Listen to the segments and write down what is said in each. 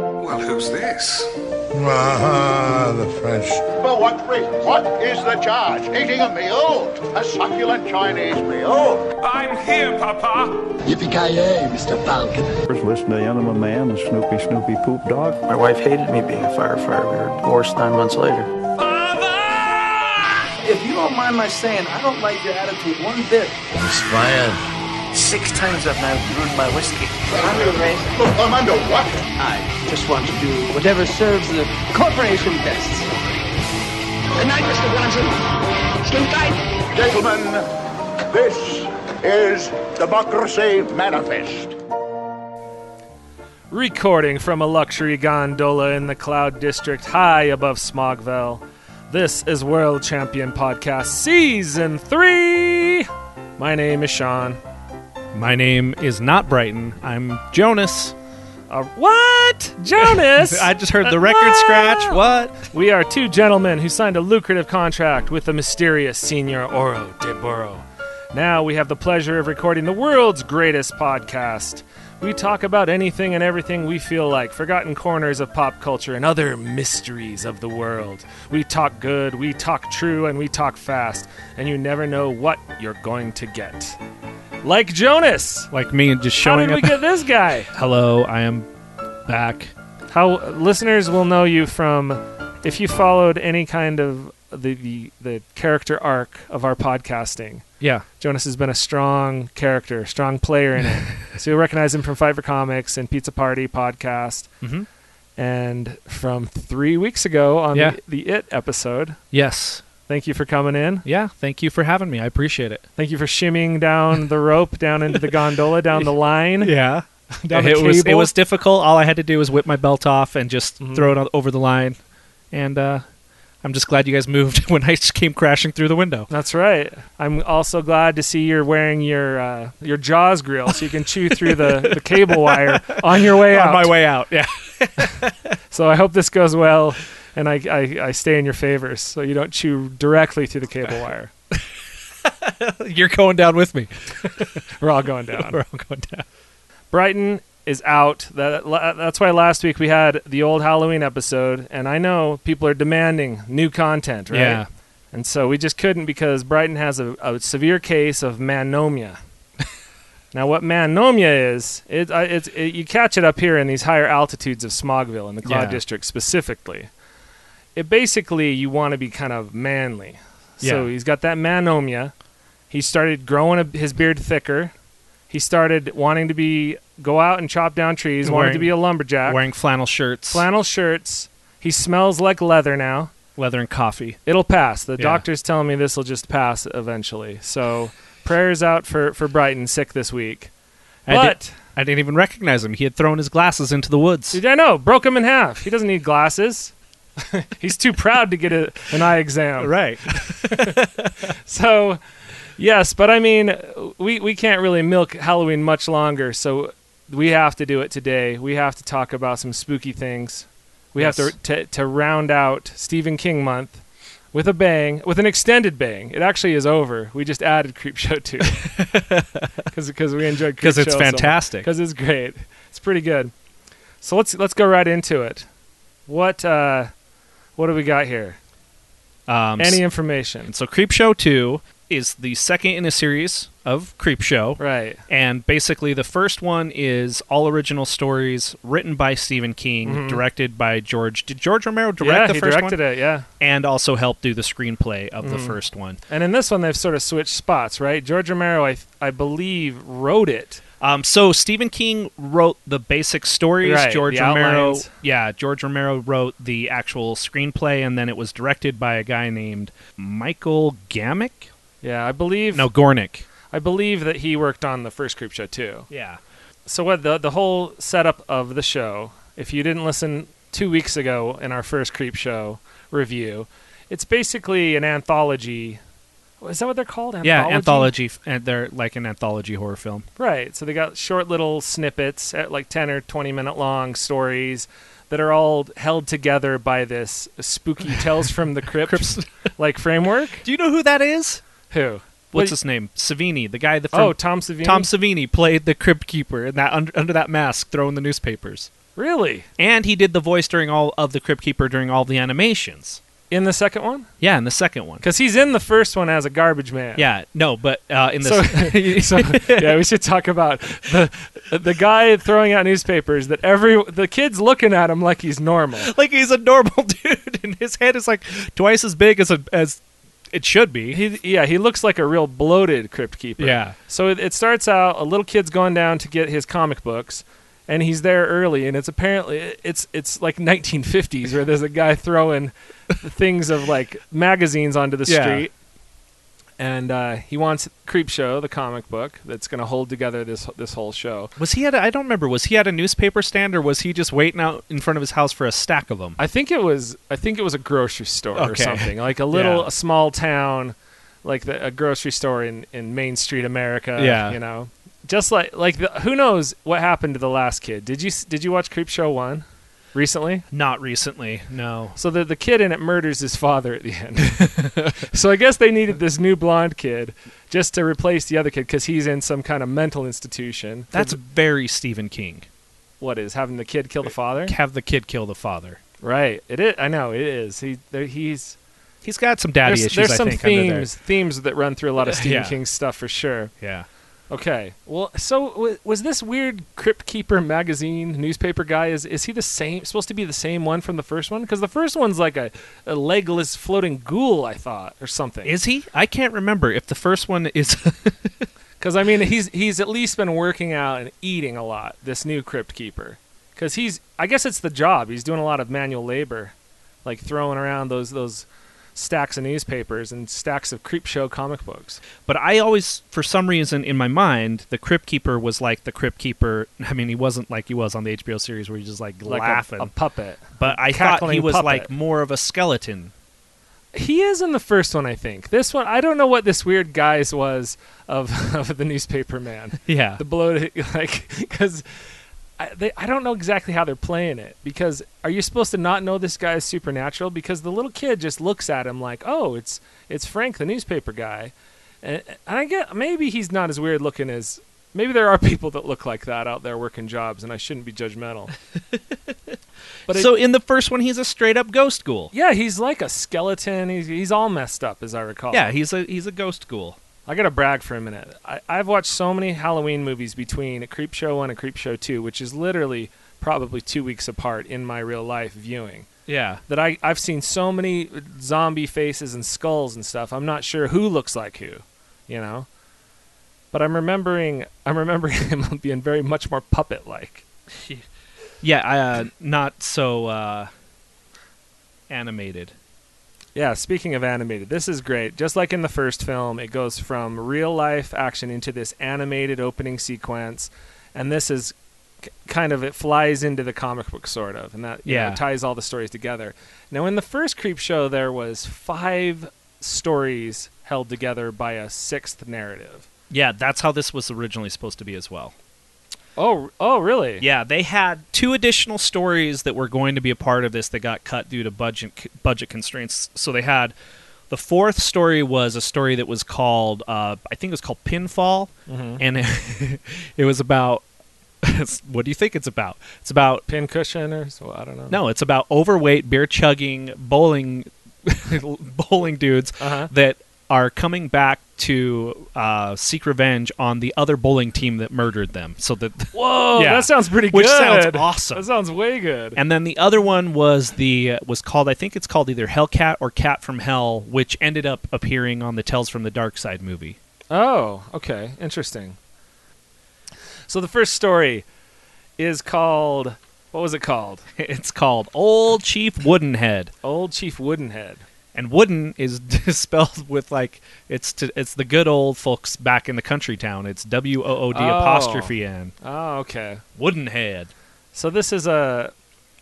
is this? Ah, the French. For what reason? What is the charge? Eating a meal? A succulent Chinese meal? I'm here, Papa. Yippee-ki-yay, Mr. Falcon. First, listen to the Enema Man, the Snoopy Snoopy Poop Dog. My wife hated me being a firefighter. We were divorced nine months later. Father! If you don't mind my saying, I don't like your attitude one bit. Inspired. Six times I've now ruined my whiskey. I'm under arrest. I'm under what? I just want to do whatever serves the corporation best. Good night, Mr. Bronson. Sleep tight. Gentlemen, this is Democracy Manifest. Recording from a luxury gondola in the Cloud District high above Smogville, this is World Champion Podcast Season 3. My name is Sean. My name is not Brighton. I'm Jonas. Uh, what? Jonas? I just Uh, heard the record ah! scratch. What? We are two gentlemen who signed a lucrative contract with the mysterious Senor Oro de Burro. Now we have the pleasure of recording the world's greatest podcast. We talk about anything and everything we feel like, forgotten corners of pop culture and other mysteries of the world. We talk good, we talk true, and we talk fast, and you never know what you're going to get. Like Jonas! Like me, and just How showing did we up. get this guy? Hello, I am back. how listeners will know you from if you followed any kind of the, the the character arc of our podcasting. Yeah, Jonas has been a strong character, strong player in it. so you'll recognize him from Fiverr Comics and Pizza Party podcast, Mhm. and from three weeks ago on Yeah. the, the It episode. yes, Thank you for coming in. yeah. Thank you for having me. I appreciate it. Thank you for shimmying down the rope, down into the gondola, down the line. Yeah, Down the it was it cable. was difficult. All I had to do was whip my belt off and just Mm-hmm. throw it on, over the line. And uh, I'm just glad you guys moved when I just came crashing through the window. That's right. I'm also glad to see you're wearing your uh, your Jaws grill, so you can chew through the, the cable wire on your way out. On my way out. Yeah. So I hope this goes well, and I, I I stay in your favor, so you don't chew directly through the cable wire. You're going down with me. We're all going down. We're all going down. Brighton is out. That, that's why last week we had the old Halloween episode, and I know people are demanding new content, right? Yeah. And so we just couldn't because Brighton has a, a severe case of manomia. now, what manomia is, it, I it's, it, you catch it up here in these higher altitudes of Smogville in the Cloud Yeah. District specifically. It basically, you want to be kind of manly. So Yeah. he's got that manomia. He started growing a, his beard thicker. He started wanting to be go out and chop down trees. wanted to Wearing- be a lumberjack. Wearing flannel shirts, flannel shirts. He smells like leather now. leather, and coffee. It'll pass. The Yeah. doctor's telling me this will just pass eventually. So prayers out for for Brighton sick this week. I did- But I didn't even recognize him. He had thrown his glasses into the woods. did I know broke him in half. He doesn't need glasses. He's too proud to get a, an eye exam. Right. So yes, but I mean we we can't really milk Halloween much longer. So we have to do it today. We have to talk about some spooky things. We have Yes. to, to to round out Stephen King month with a bang, with an extended bang. It actually is over. We just added Creepshow 2 because we enjoyed Because it's fantastic. because it's great. It's pretty good. So let's let's go right into it. What uh, what do we got here? Um, Any s- information? so Creepshow 2 is the second in a series of Creepshow. Right. And basically the first one is all original stories written by Stephen King, directed by George. Did George Romero direct yeah, the he first directed Mm-hmm. one? Mm. it. Yeah. And also helped do the screenplay of the first one. And in this one, they've sort of switched spots, right? George Romero, I, I believe, wrote it. Um, so Stephen King wrote the basic stories. Right, George the Romero, outlines. yeah, George Romero wrote the actual screenplay, and then it was directed by a guy named Michael Gamick. Yeah, I believe. No, Gornick. I believe that he worked on the first Creep Show too. Yeah, So what the the whole setup of the show? If you didn't listen two weeks ago in our first Creep Show review, it's basically an anthology. Is that what they're called? yeah, anthology, f- and they're like an anthology horror film. Right. So they got short little snippets at like 10 or 20 minute long stories that are all held together by this spooky Tales from the Crypt like framework. Do you know who that is? Who? Wait, What's his name? Savini, the guy that from Oh, Tom Savini. Tom Savini played the crib keeper, and that under, under that mask throwing the newspapers. Really? and he did the voice during all of the Crypt Keeper during all the animations. In the second one? Yeah, in the second one. Because he's in the first one as a garbage man. Yeah, no, but uh, in the So, so yeah, we should talk about the the guy throwing out newspapers that every the kid's looking at him like he's normal. like he's a normal dude, and his head is like twice as big as a, as it should be. He yeah, he looks like a real bloated crypt keeper. Yeah. So it, it starts out a little kid's going down to get his comic books, and he's there early, and it's apparently it's it's like 1950s where there's a guy throwing things of like magazines onto the Yeah. street, and uh, he wants Creep Show, the comic book that's going to hold together this this whole show. Was he at? A, I don't remember. Was he at a newspaper stand, or was he just waiting out in front of his house for a stack of them? I think it was I think it was a grocery store or Okay. something like a little Yeah. a small town like the, a grocery store in in Main Street America. Yeah. you know, just like like the, who knows what happened to the last kid? Did you s- did you watch Creep Show one recently? Not recently. No. So the the kid in it murders his father at the end. so I guess they needed this new blonde kid just to replace the other kid because he's in some kind of mental institution. That's very Stephen King. what is having the kid kill the father. Have the kid kill the father. Right. It is. I know it is. He there, he's. He's got some daddy there's, issues. there's I some think, under there. themes themes that run through a lot of Stephen Yeah. King's stuff for sure. Yeah. Okay, well, so w- was this weird Crypt Keeper magazine newspaper guy? Is is he the same? Supposed to be the same one from the first one? Because the first one's like a, a legless floating ghoul, I thought, or something. Is he? I can't remember if the first one is. Because I mean, he's he's at least been working out and eating a lot. This new Crypt Keeper, because he's I guess it's the job. He's doing a lot of manual labor, like throwing around those those stacks of newspapers and stacks of creep show comic books. But I always, for some reason, in my mind, the Crypt Keeper was like the Crypt Keeper. I mean, he wasn't like he was on the HBO series where he's just like, like a- laughing. A, puppet. but I thought he cackling was puppet. like more of a skeleton. He is in the first one, I think. This one, I don't know what this weird guise was of, of the newspaper man. Yeah. The bloated, like, because I, they- I don't know exactly how they're playing it. Because are you supposed to not know this guy is supernatural? Because the little kid just looks at him like, oh, it's it's Frank, the newspaper guy. And, and I get maybe he's not as weird looking as maybe there are people that look like that out there working jobs, and I shouldn't be judgmental. But it- so in the first one, he's a straight up ghost ghoul. Yeah, he's like a skeleton. He's, he's all messed up, as I recall. Yeah, he's a he's a ghost ghoul. I gotta brag for a minute. I, I've watched so many Halloween movies between Creep Show One and Creep Show Two, which is literally probably two weeks apart in my real life viewing. Yeah. That I I've seen so many zombie faces and skulls and stuff. I'm not sure who looks like who, you know. But I'm remembering I'm remembering him being very much more puppet like. Yeah. Uh, not so uh, animated. Yeah, speaking of animated, this is great. Just like in the first film, it goes from real life action into this animated opening sequence, and this is k- kind of it flies into the comic book sort of, and that you know, Yeah. ties all the stories together. Now, in the first creep show, there was five stories held together by a sixth narrative. Yeah, that's how this was originally supposed to be as well. Oh, oh, really? Yeah, they had two additional stories that were going to be a part of this that got cut due to budget budget constraints. So they had the fourth story was a story that was called uh, I think it was called Pinfall, and it, it was about what do you think it's about? It's about Pincushion or so I don't know. no, it's about overweight beer chugging bowling bowling dudes Uh-huh. that are coming back to uh, seek revenge on the other bowling team that murdered them. So that Whoa, Yeah. that sounds pretty Which good. sounds awesome. That sounds way good. And then the other one was the was called I think it's called either Hellcat or Cat from Hell, which ended up appearing on the Tales from the Dark Side movie. Oh, okay. Interesting. So the first story is called what was it called? It's called Old Chief Woodenhead, Old Chief Woodenhead. and wooden is spelled with like it's to, it's the good old folks back in the country town. It's W O O D Oh. apostrophe N Oh, okay. Woodenhead. So this is a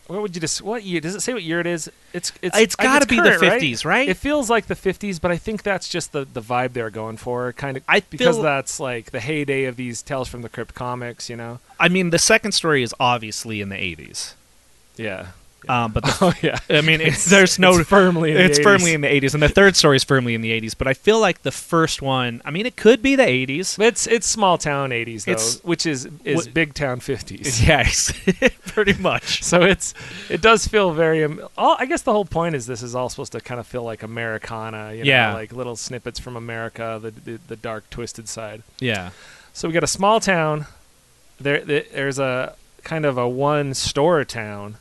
what would you just what year does it say what year it is? It's it's It's I- gotta be the current, 50s, right? It feels like the 50s, but I think that's just the the vibe they're going for kind of I because feel- that's like the heyday of these Tales from the Crypt comics, you know. I mean, the second story is obviously in the eighties, Yeah. um, but the, Oh yeah. I mean, it's, there's no it's firmly in the it's 80s. firmly in the 80s and the third story is firmly in the 80s but i feel like the first one i mean it could be the 80s It's it's small town 80s though, It's- which is is wh- big town 50s. yes pretty much. so it's it does feel very. Am- all, I guess the whole point is this is all supposed to kind of feel like Americana, you know, Yeah. like little snippets from America, the, the the dark twisted side. Yeah. So we got a small town. There, there- there's a kind of a one store town.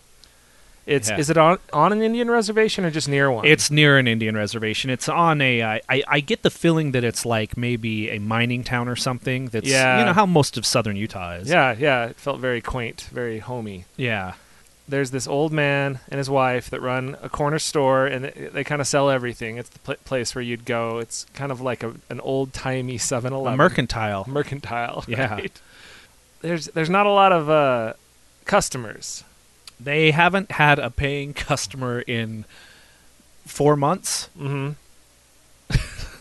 It's Yeah. is it on on an Indian reservation or just near one? It's near an Indian reservation. It's on a. I, I, I get the feeling that it's like maybe a mining town or something. That's Yeah. You know how most of southern Utah is. yeah, yeah. It felt very quaint, very homey. Yeah. There's this old man and his wife that run a corner store, and they, they kind of sell everything. It's the pl- place where you'd go. It's kind of like a, an old timey 7-Eleven. A mercantile. mercantile. Yeah. right? There's there's not a lot of uh, customers. They haven't had a paying customer in four months. hmm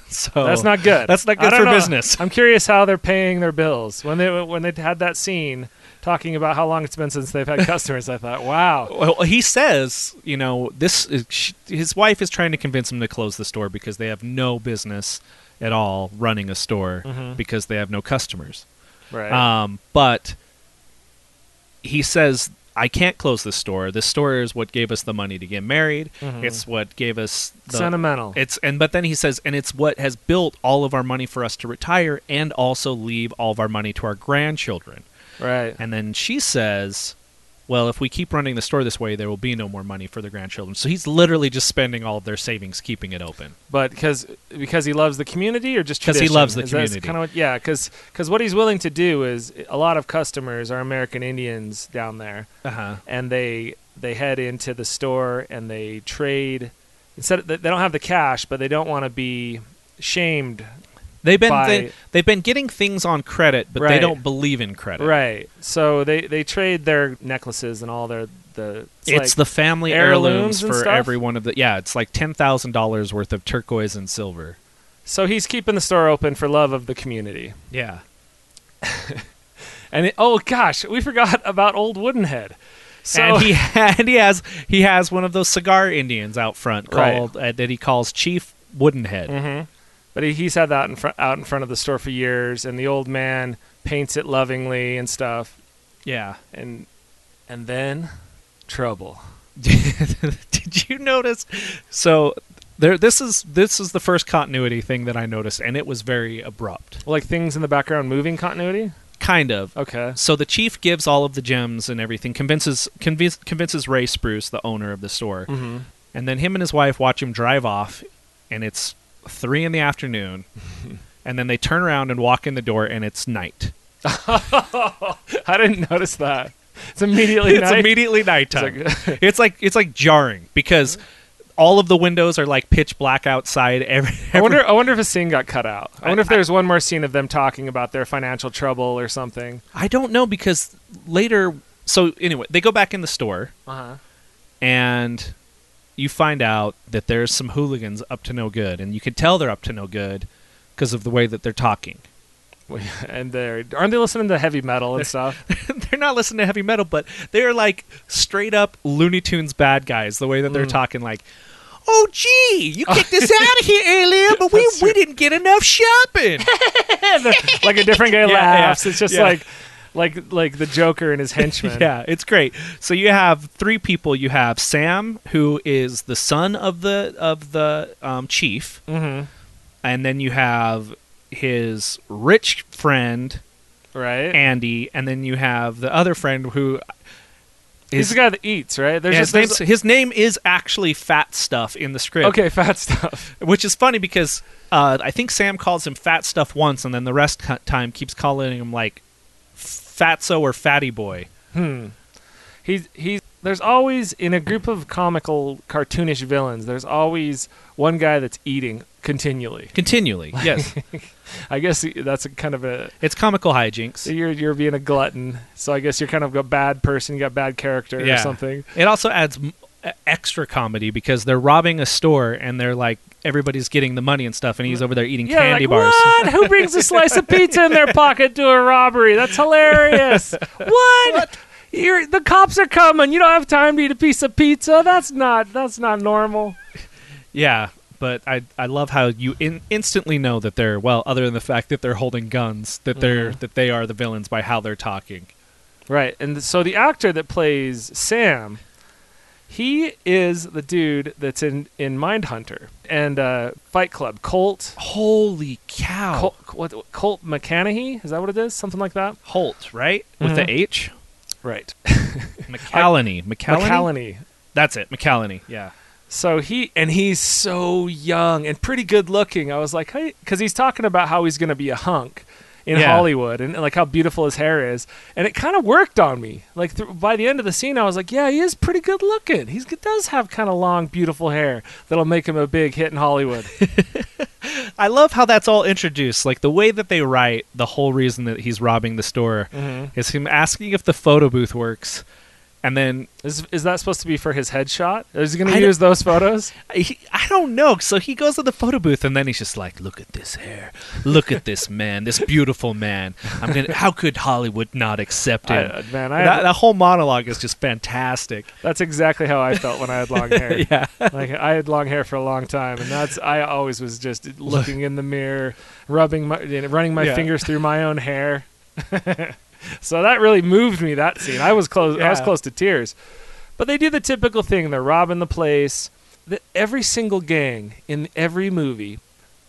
So That's not good. Oh. That's not I good don't for know. business. I'm curious how they're paying their bills when they when they had that scene talking about how long it's been since they've had customers. I thought, wow, Well, he says, you know, this is, sh his wife is trying to convince him to close the store because they have no business at all running a store because they have no customers. Mm-hmm. right? Um, but he says, I can't close this store. This store is what gave us the money to get married. It's what gave us the Mm-hmm. Sentimental. It's and but then he says, and it's what has built all of our money for us to retire and also leave all of our money to our grandchildren. right. And then she says, Well, if we keep running the store this way, there will be no more money for the grandchildren. So he's literally just spending all of their savings keeping it open. But because because he loves the community or just 'Cause because he loves the community. Kind of what, yeah, because what he's willing to do is a lot of customers are American Indians down there, Uh huh. and they they head into the store and they trade. Instead, of, they don't have the cash, but they don't want to be shamed They've been By- they, they've been getting things on credit, but they Right. don't believe in credit. Right. So they they trade their necklaces and all their the. It's, the family heirlooms heirlooms, and for stuff? every one of the yeah. It's like ten thousand dollars worth of turquoise and silver. so he's keeping the store open for love of the community. Yeah, And it, oh gosh, we forgot about old Woodenhead. So and he and he has he has one of those cigar Indians out front Right. called uh, that he calls Chief Woodenhead. but he, he's had that in front out in front of the store for years, and the old man paints it lovingly and stuff, Yeah, and and then trouble. did you notice so there this is this is the first continuity thing that i noticed and it was very abrupt Like things in the background moving continuity. kind of Okay. so the chief gives all of the gems and everything convinces convince, convinces ray spruce the owner of the store Mm-hmm. and then him and his wife watch him drive off and it's three in the afternoon and then they turn around and walk in the door and it's night I didn't notice that. It's immediately it's night. immediately nighttime. It's It's like, it's like jarring because all of the windows are like pitch black outside. Every, I every wonder. I wonder if a scene got cut out. I I- wonder if there's one more scene of them talking about their financial trouble or something. I don't know because later. So anyway, they go back in the store Uh-huh. and you find out that there's some hooligans up to no good, and you can tell they're up to no good because of the way that they're talking. And they're aren't they listening to heavy metal and stuff? they're not listening to heavy metal, but they're like straight up Looney Tunes bad guys. The way that they're talking, like, "Oh, gee, you kicked us out of here earlier, but we, we didn't get enough shopping." like a different guy Yeah, laughs. yeah, it's just yeah. like, like, like the Joker and his henchmen. yeah, it's great. So you have three people. You have Sam, who is the son of the of the um, chief, Mm-hmm. and then you have his rich friend Right. Andy, and then you have the other friend who He's the guy that eats. Right. There's his, just there's- name's, his name is actually Fat Stuff in the script. okay, fat stuff. which is funny because uh, I think Sam calls him Fat Stuff once, and then the rest co- time keeps calling him like Fatso or Fatty Boy. He's he's. There's always in a group of comical, cartoonish villains. There's always one guy that's eating continually. Continually, yes, I guess that's a kind of a it's comical So hijinks. you're you're being a glutton. So I guess you're kind of a bad person. You got bad character or Yeah. something. It also adds m- e- extra comedy because they're robbing a store and they're like everybody's getting the money and stuff, and he's over there eating Yeah, candy like, bars. What? Who brings a slice of pizza in their pocket to a robbery? That's hilarious. What? You're, the cops are coming. You don't have time to eat a piece of pizza. That's not that's not normal. Yeah, but I I love how you in, instantly know that Mm-hmm. they're well, other than the fact that they're holding guns, that they're that they are the villains by how they're talking. Right. And so the actor that plays Sam, he is the dude that's in in Mindhunter and uh, Fight Club. Colt. Holy cow. Colt, what, Colt McCanahey? Is that what it is? Something like that? Holt, right? With Mm-hmm. the H? Right. McCallany. McCallany. McCallany. That's it. McCallany. Yeah. So he and he's so young and pretty good looking. I was like, hey, because he's talking about how he's going to be a hunk in Yeah. Hollywood and, and, like how beautiful his hair is, and it kind of worked on me. Like th- by the end of the scene, I was like, yeah, he is pretty good looking. He does have kind of long, beautiful hair that'll make him a big hit in Hollywood. I love how that's all introduced. Like the way that they write the whole reason that he's robbing the store Mm-hmm. is him asking if the photo booth works, and then is is that supposed to be for his headshot? Is he going I to don't- use those photos? he, I don't know. So he goes to the photo booth, and then he's just like, "Look at this hair. Look at this man. This beautiful man. I'm gonna. How could Hollywood not accept I- him? uh, man, I- that, that whole monologue is just fantastic. That's exactly how I felt when I had long hair. yeah. Like I had long hair for a long time and that's I always was just looking in the mirror, rubbing my you know, running my Yeah. fingers through my own hair. so that really moved me that scene. I was close I was Yeah. close to tears. But they do the typical thing. They're robbing the place. The, every single gang in every movie,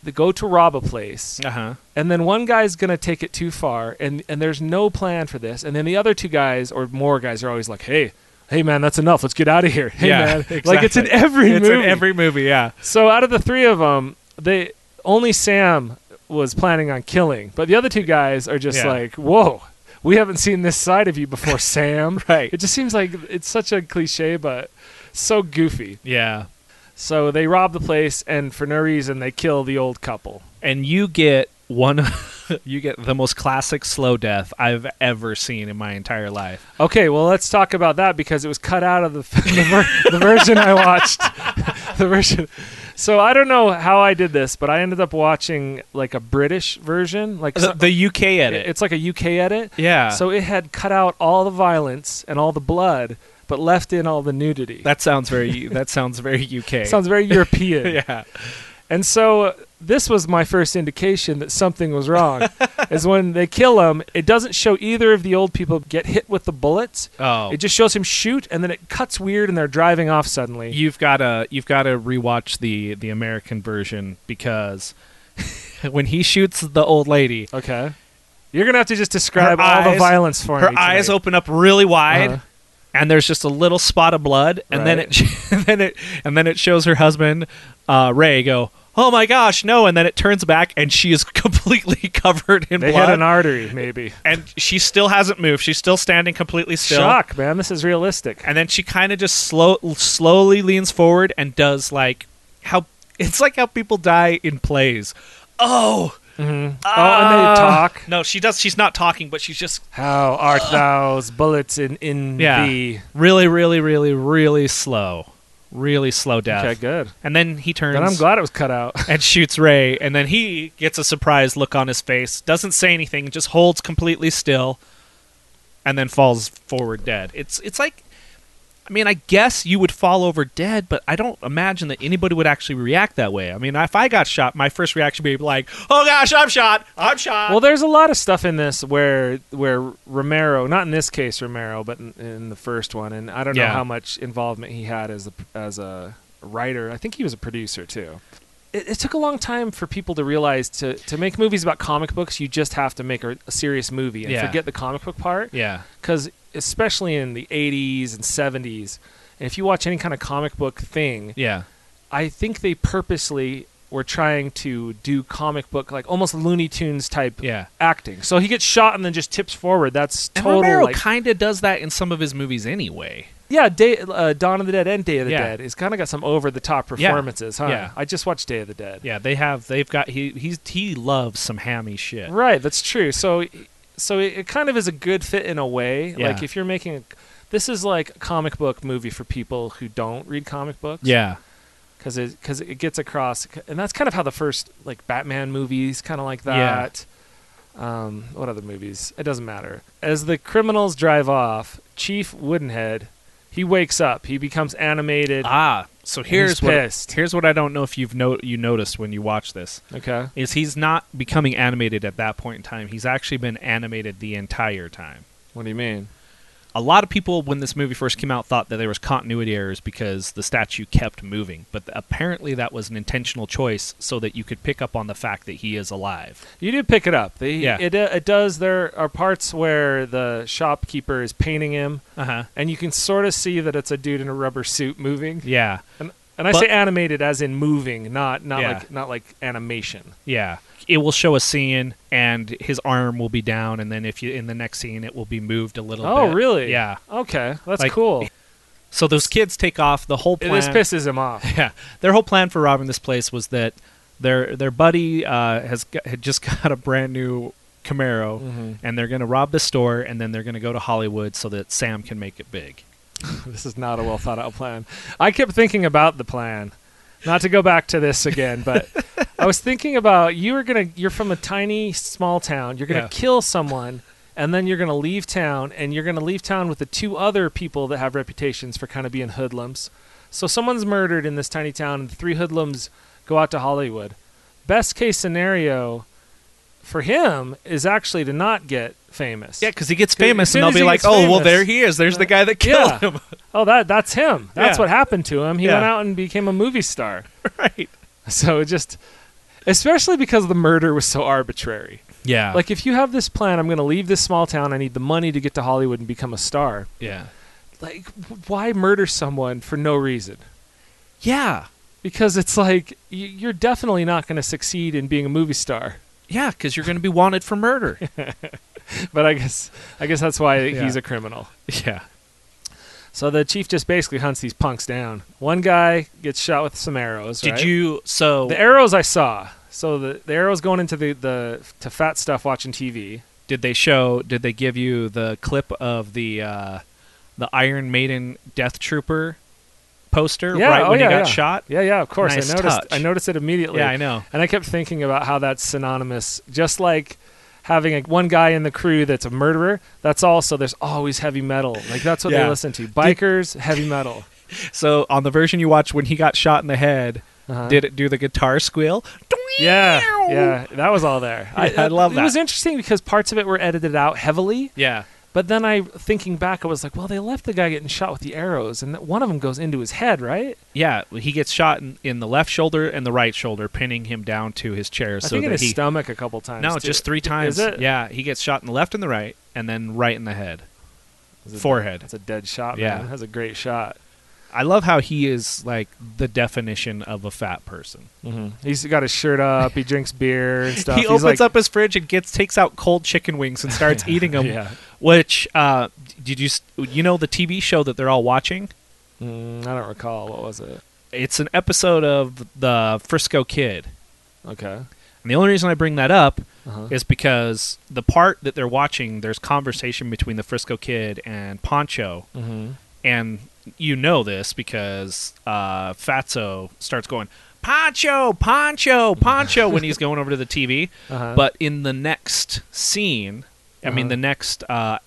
they go to rob a place Uh huh. and then one guy's gonna take it too far and and there's no plan for this and then the other two guys or more guys are always like hey hey man that's enough let's get out of here hey Yeah, man like it's in exactly. every It's movie in every movie. Yeah. so out of the three of them they only sam was planning on killing but the other two guys are just Yeah. like whoa we haven't seen this side of you before sam Right. it just seems like it's such a cliche but so goofy Yeah. so they rob the place and for no reason they kill the old couple and you get one you get the most classic slow death I've ever seen in my entire life. Okay, well, let's talk about that because it was cut out of the the, ver- the version I watched. the version. So I don't know how I did this, but I ended up watching like a British version, like The, so- the UK edit. it's like a UK edit. yeah. So it had cut out all the violence and all the blood, but left in all the nudity. that sounds very that sounds very UK. sounds very European. yeah. And so uh, this was my first indication that something was wrong. is when they kill him, it doesn't show either of the old people get hit with the bullets. Oh. It just shows him shoot and then it cuts weird and they're driving off suddenly. You've got to you've got to rewatch the the American version because when he shoots the old lady, okay. You're going to have to just describe Her all the eyes- violence for her me. eyes tonight. open up really wide. Uh-huh. And there's just a little spot of blood, and then Right. it, and then it, and then it shows her husband, uh, Ray, go, oh my gosh, no! And then it turns back, and she is completely covered in They blood, hit an artery maybe. and she still hasn't moved. She's still standing completely still. Shock, man. This is realistic. And then she kind of just slow, slowly leans forward and does like how it's like how people die in plays. Oh oh, and Ah. they talk. no, she does. She's not talking, but she's just How art thou's bullets in in Yeah. thee? really, really, really, really slow, really slow death. Okay, good. And then he turns And I'm glad it was cut out. and shoots Ray, and then he gets a surprised look on his face, doesn't say anything, just holds completely still, and then falls forward dead. It's it's like, I mean, I guess you would fall over dead, but I don't imagine that anybody would actually react that way. I mean, if I got shot, my first reaction would be like, "Oh gosh, I'm shot, I'm shot." Well, there's a lot of stuff in this where where Romero, not in this case Romero, but in, in the first one, and I don't know Yeah. how much involvement he had as a as a writer. I think he was a producer too. It, it took a long time for people to realize to to make movies about comic books, you just have to make a, a serious movie and Yeah. forget the comic book part yeah, because especially in the 80s and 70s, if you watch any kind of comic book thing, yeah, I think they purposely were trying to do comic book like almost Looney Tunes type yeah. acting. So he gets shot and then just tips forward. That's And total. Romero like, kind of does that in some of his movies anyway. yeah, Day, uh, Dawn of the Dead and Day of the Yeah. Dead. He's kind of got some over the top Yeah. performances, huh? Yeah. I just watched Day of the Dead. Yeah, they have. They've got. He he's he loves some hammy shit. Right, that's true. So, so it, it kind of is a good fit in a way. Yeah. Like if you're making, a, this is like a comic book movie for people who don't read comic books. Yeah. because it because it gets across, and that's kind of how the first like Batman movies kind of like that. Um, what other movies? It doesn't matter. As the criminals drive off, Chief Woodenhead, he wakes up. He becomes animated. Ah, so he's here's what pissed. here's what I don't know if you've no, you noticed when you watch this okay, is he's not becoming animated at that point in time. He's actually been animated the entire time. what do you mean? a lot of people when this movie first came out thought that there was continuity errors because the statue kept moving, but apparently that was an intentional choice so that you could pick up on the fact that he is alive. You do pick it up. The, Yeah. It, uh, it does. There are parts where the shopkeeper is painting him, Uh huh. and you can sort of see that it's a dude in a rubber suit moving. Yeah. And, and I But- say animated as in moving, not not Yeah. like not like animation. Yeah. It will show a scene and his arm will be down and then if you in the next scene it will be moved a little Oh, bit. really? Yeah. Okay, that's Like- cool. So those kids take off the whole plan. This pisses him off. Yeah, their whole plan for robbing this place was that their their buddy uh, has got, had just got a brand new Camaro, and they're going to rob the store, and then they're going to go to Hollywood so that Sam can make it big. this is not a well thought out plan. I kept thinking about the plan. Not to go back to this again, but I was thinking about you were gonna you're from a tiny small town, you're gonna Yeah. kill someone and then you're gonna leave town and you're gonna leave town with the two other people that have reputations for kind of being hoodlums. So someone's murdered in this tiny town and the three hoodlums go out to Hollywood. Best case scenario for him is actually to not get famous. Yeah, because he gets famous, famous, as soon and and they'll as they'll be he be gets like, like, "Oh, "Oh, well, well, famous- there there he is. There's the guy that killed killed Yeah. him." Oh, that that's him. That's Yeah. what happened to him. He went Yeah. out and became a movie star. right? So it just especially because the murder was so arbitrary. Yeah. Like if you have this plan, I'm going to leave this small town, I need the money to get to Hollywood and become a star. yeah. Like w- why murder someone for no reason? Yeah. Because it's like y- you're definitely not going to succeed in being a movie star. Yeah, because you're going to be wanted for murder. But I guess I guess that's why Yeah. he's a criminal. yeah. So the chief just basically hunts these punks down. One guy gets shot with some arrows. Did right? you? So The arrows I saw. So the, the arrows going into the, the to fat stuff watching TV. did they show? Did they give you the clip of the uh, the Iron Maiden Death Trooper poster Yeah, right oh, when yeah, he got yeah. shot? Yeah, yeah, of course. Nice I noticed touch. I noticed it immediately. Yeah, I know. And I kept thinking about how that's synonymous. Just like having a, one guy in the crew that's a murderer, that's also there's always heavy metal. Like that's what Yeah. they listen to. Bikers, heavy metal. So on the version you watched when he got shot in the head, Uh-huh. did it do the guitar squeal? Yeah, yeah, that was all there. Yeah, I love It was that. interesting because parts of it were edited out heavily. Yeah. But then I, thinking back, I was like, well, they left the guy getting shot with the arrows, and that one of them goes into his head, right? Yeah, he gets shot in, in the left shoulder and the right shoulder, pinning him down to his chair. I so think in that his he stomach a couple times. no, too. just three times. it? Yeah, he gets shot in the left and the right, and then right in the head, forehead. That's a dead shot, Yeah. man. That's a great shot. I love how he is like the definition of a fat person. He's got his shirt up. He drinks beer and stuff. He He's opens like, up his fridge and gets takes out cold chicken wings and starts eating them. Yeah. Which uh, did you s- you know the TV show that they're all watching? Mm, I don't recall. What was it? it's an episode of the Frisco Kid. Okay. And the only reason I bring that up Uh-huh. is because the part that they're watching, there's conversation between the Frisco Kid and Poncho. Mm-hmm. And you know this because uh, Fatso starts going, Poncho, Poncho, Poncho, when he's going over to the TV. Uh-huh. But in the next scene, I mean, Uh-huh. the next. Uh,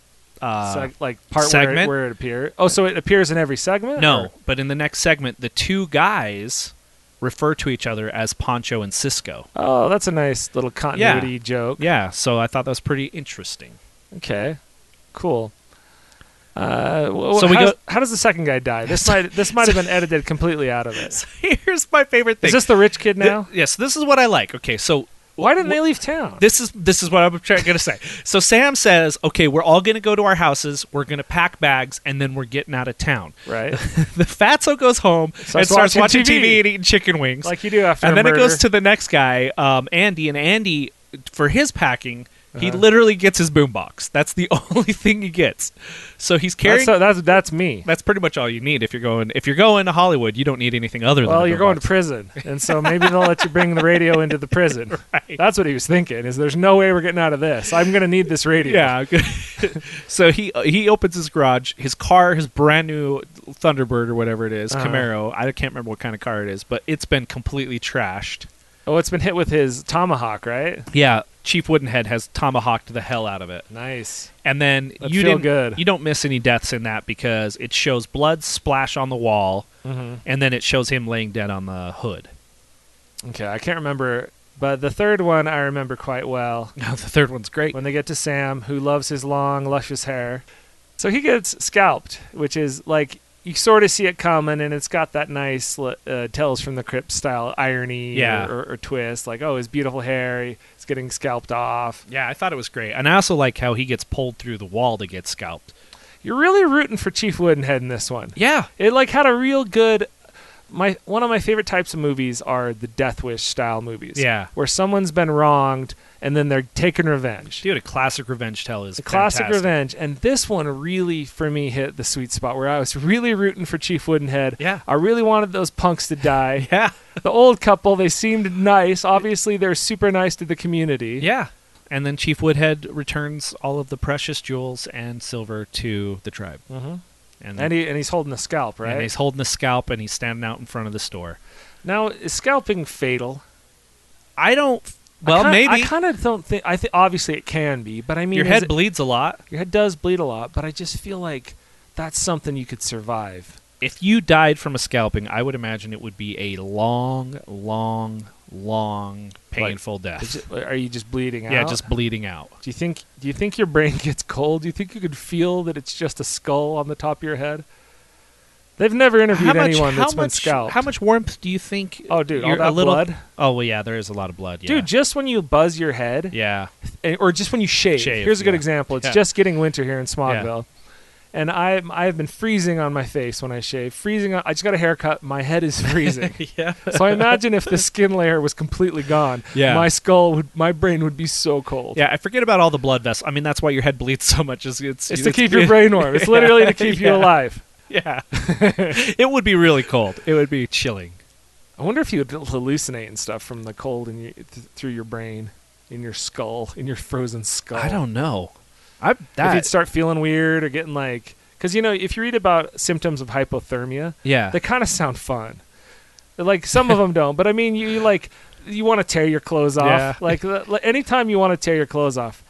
uh, Seg- like part where it, segment? where it appeared. Oh, so it appears in every segment? no, or- but in the next segment, the two guys refer to each other as Poncho and Cisco. Oh, that's a nice little continuity joke. Yeah, so I thought that was pretty interesting. Okay. Cool. Uh, wh- So we how, go- does- how does the second guy die? This might this might have been edited completely out of it. Here's my favorite thing. Is this the rich kid Th- now? yes, this is what I like. Okay, so Why didn't they leave town? this is this is what I'm trying to say. So Sam says, "Okay, we're all going to go to our houses. We're going to pack bags, and then we're getting out of town." right? the fatso goes home and starts watching watching TV. TV. and eating chicken wings, like you do after. a and then it murder. goes to the next guy, um, Andy, and Andy for his packing. He Uh-huh. literally gets his boombox. That's the only thing he gets. So he's That's, carrying. so- that's that's me. that's pretty much all you need if you're going if you're going to Hollywood. You don't need anything other than. Well, a you're going boombox. to prison, and so maybe they'll let you bring the radio into the prison. That's what he was thinking. Is there's no way we're getting out of this? I'm gonna need this radio. Yeah. so he uh, he opens his garage. His car, his brand new Thunderbird or whatever it is, Camaro. I can't remember what kind of car it is, but it's been completely trashed. Oh, it's been hit with his tomahawk, right? Yeah, Chief Woodenhead has tomahawked the hell out of it, Nice. and then That'd you feel didn't- good. you don't miss any deaths in that because it shows blood splash on the wall, and then it shows him laying dead on the hood. Okay, I can't remember, but the third one I remember quite well. Now the third one's great. When they get to Sam, who loves his long, luscious hair, So he gets scalped, which is like you sort of see it coming, and it's got that nice uh, Tales from the Crypt style irony Yeah. or, or, or twist. Like, oh, his beautiful hair is getting scalped off. Yeah, I thought it was great, and I also like how he gets pulled through the wall to get scalped. You're really rooting for Chief Woodenhead in this one. Yeah, It like had a real good. My one of my favorite types of movies are the Death Wish style movies. Yeah. where someone's been wronged and then they're taking revenge. dude, a classic revenge tale is The classic fantastic. revenge, and this one really for me hit the sweet spot where I was really rooting for Chief Woodenhead. Yeah. I really wanted those punks to die. Yeah, The old couple, they seemed nice. Obviously, they're super nice to the community. yeah. And then Chief Woodhead returns all of the precious jewels and silver to the tribe. Mm-hmm. And, And he and he's holding a scalp, right? and he's holding the scalp and he's standing out in front of the store. now is scalping fatal? I don't. I Well, kinda- maybe I kind of don't think. I think obviously it can be, but I mean, your is head it- bleeds a lot. your head does bleed a lot. But I just feel like that's something you could survive. If you died from a scalping, I would imagine it would be a long, long, long, painful Is death. it- are you just bleeding out? Yeah, just bleeding out. Do you think do you think your brain gets cold? Do you think you could feel that it's just a skull on the top of your head? They've never interviewed anyone that's been much, scalped. How much warmth do you think? Oh, dude, all you're- that a little, blood? Oh, well, yeah, there is a lot of blood. Yeah. Dude, just when you buzz your head, yeah, and- or just when you shave. Shave, Here's a good yeah. example. It's Yeah. just getting winter here in Smogville, and I I have been freezing on my face when I shave. Freezing. On, I just got a haircut. My head is freezing. yeah. so I imagine if the skin layer was completely gone, Yeah. my skull would, my brain would be so cold. Yeah, I forget about all the blood vessels. I mean, that's why your head bleeds so much. Is it's, It's to keep your brain warm. It's literally to keep you Yeah. alive. Yeah, it would be really cold. It would be chilling. I wonder if you would hallucinate and stuff from the cold in your, th- through your brain, in your skull, in your frozen skull. I don't know. I that If you'd start feeling weird or getting like, because you know, if you read about symptoms of hypothermia, yeah. they kind of sound fun. Like some of them don't, but I mean, you, you like you want to tear your clothes off. Yeah. Like the- like, anytime you want to tear your clothes off,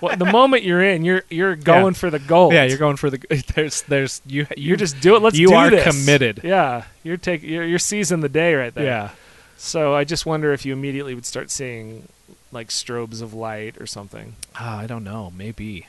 well, the moment you're in, you're you're going for the gold. yeah, you're going for the there's there's you You're just do it. Let's you do are this. committed. Yeah, you're take you're, you're seizing the day right there. yeah. So I just wonder if you immediately would start seeing like strobes of light or something. Ah, I don't know. Maybe.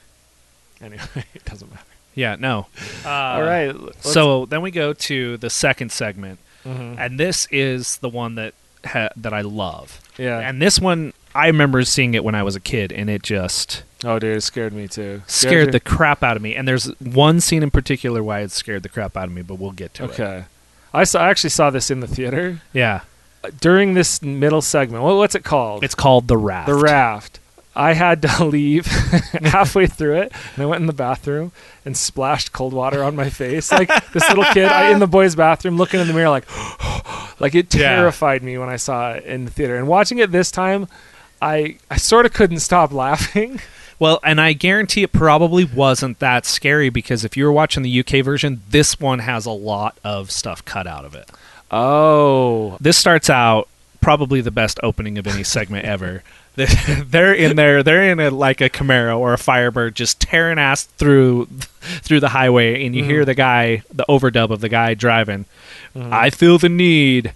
Anyway, it doesn't matter. Yeah. No. All right. let's- Mm-hmm. so then we go to the second segment, and this is the one that ha- that I love. Yeah. And this one I remember seeing it when I was a kid, and it just oh, dude, it scared me too. scared the you? crap out of me. And there's one scene in particular why it scared the crap out of me, but we'll get to it. Okay. I saw. I actually saw this in the theater Yeah. Uh, during this middle segment. What, what's it called? It's called the raft. the raft. I had to leave halfway through it, and I went in the bathroom and splashed cold water on my face, like this little kid I, in the boys' bathroom, looking in the mirror, like, like it Yeah. terrified me when I saw it in the theater. And watching it this time, I I sort of couldn't stop laughing. Well, and I guarantee it probably wasn't that scary because if you were watching the UK version, this one has a lot of stuff cut out of it. Oh, This starts out probably the best opening of any segment ever. they're in there. They're in a, like a Camaro or a Firebird, just tearing ass through through the highway, and you hear the guy, the overdub of the guy driving. I feel the need,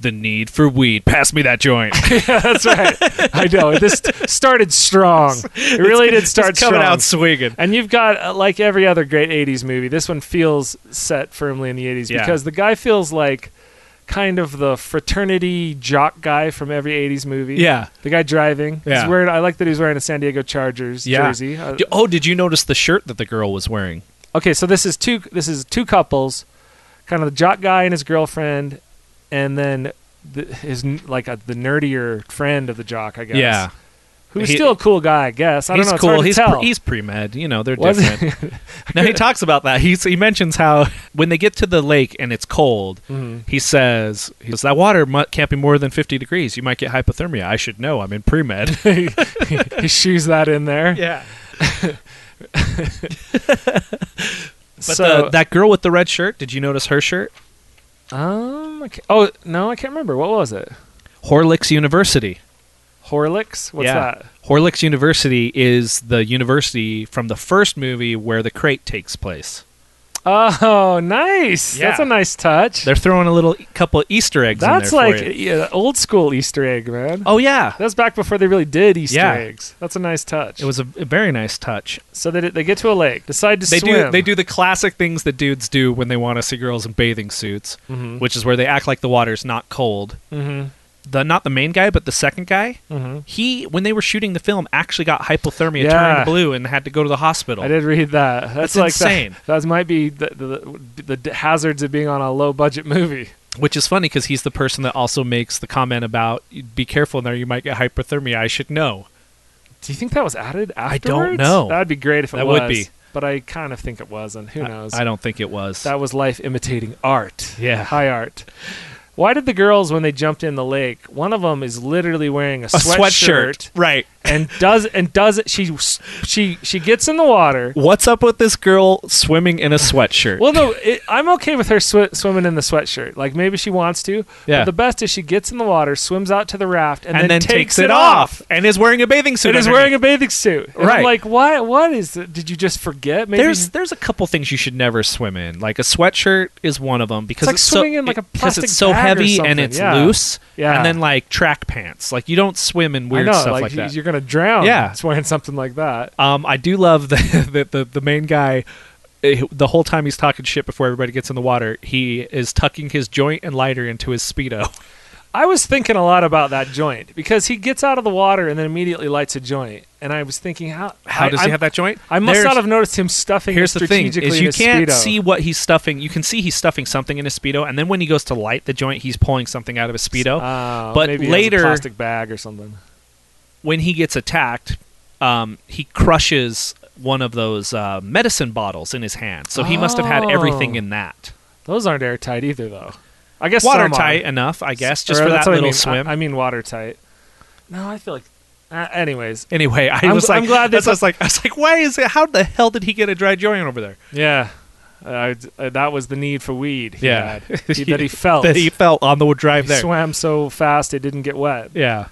the need for weed. Pass me that joint. that's right. I know this started strong. It really did start Just coming strong. out swinging. And you've got uh, like every other great '80s movie. This one feels set firmly in the '80s Yeah. because the guy feels like kind of the fraternity jock guy from every '80s movie. Yeah. the guy driving. Yeah. he's wearing. I like that he's wearing a San Diego Chargers Yeah. jersey. Uh, D- Oh, did you notice the shirt that the girl was wearing? okay, so this is two. This is two couples, kind of the jock guy and his girlfriend, and then the, his n- like a, the nerdier friend of the jock, I guess. Yeah, who's He- still a cool guy, I guess. I he's don't know. It's cool. hard to he's tell. Pre- he's pre med. You know, they're Was he? different. now he talks about that. He's, he mentions how when they get to the lake and it's cold, Mm-hmm. he says he says that water mu- can't be more than fifty degrees. You might get hypothermia. I should know. I'm in pre med. he shoes that in there. yeah. But so the, that girl with the red shirt, did you notice her shirt? Um. I ca- oh no, I can't remember. What was it? Horlicks University. Horlicks. What's Yeah. that? Horlicks University is the university from the first movie where the crate takes place. Oh, nice. That's Yeah. a nice touch. They're throwing a little couple of Easter eggs. in That's there for like you. yeah, old school Easter egg, man. oh yeah, That's back before they really did Easter Yeah. eggs. That's a nice touch. it was a, a very nice touch. so they they get to a lake, decide to They swim. do they do the classic things that dudes do when they want to see girls in bathing suits, Mm-hmm. which is where they act like the water's not cold. Mhm. The not the main guy, but the second guy. Mhm. He when they were shooting the film actually got hypothermia, Yeah. turned blue, and had to go to the hospital. I did read that. That's, That's like insane. That, that might be the, the, the d- hazards of being on a low budget movie. Which is funny because he's the person that also makes the comment about "Be careful in there, you might get hypothermia." I should know. Do you think that was added afterwards? don't know. That'd be great if it That was. would be. But I kind of think it wasn't. Who knows? I don't think it was. That was life imitating art. Yeah. High art. Why did the girls, when they jumped in the lake, one of them is literally wearing a, a sweatshirt, right? and does and does it? She she she gets in the water. What's up with this girl swimming in a sweatshirt? Well, no, it, I'm okay with her sw- swimming in the sweatshirt. Like maybe she wants to. Yeah. But the best is she gets in the water, swims out to the raft, and, and, then, takes, it off. off. and is wearing a bathing suit. And is underneath. wearing a bathing suit. And I'm Right. like, why? What is? It? Did you just forget? Maybe There's there's a couple things you should never swim in. Like a sweatshirt is one of them because like it's, so, swimming in, like, a it- 'cause plastic it's so bag or heavy something. and it's Yeah. loose. Yeah. And then like track pants. Like you don't swim in weird I know, stuff like, you- that. You're gonna drown. Yeah. Wearing something like that. Um, I do love the the, the, the main guy. eh, The whole time he's talking shit before everybody gets in the water, he is tucking his joint and lighter into his speedo. I was thinking a lot about that joint because he gets out of the water and then immediately lights a joint, and I was thinking how How I, does I, he have that joint? I must There's- not have noticed him stuffing. Here's it the thing: strategically is in you his can't Speedo. see what he's stuffing. You can see he's stuffing something in his speedo, and then when he goes to light the joint, he's pulling something out of his speedo. Oh, but maybe he has a later, plastic bag or something. when he gets attacked, um, he crushes one of those uh, medicine bottles in his hand. So he must have had everything Oh. in that. Those aren't airtight either, though. I guess some are. Watertight enough, I guess, just Or for Uh, that's that what I little mean. swim. I, I mean watertight. No, I feel like. Uh, anyways, anyway, I I'm was gl- like, I'm glad that's that- I was like, I was like, why is it? How the hell did he get a dry joint over there? yeah, Uh, I, I- that was the need for weed. he Yeah. had. He- that he felt. That he felt on the drive He there. swam so fast it didn't get wet. Yeah,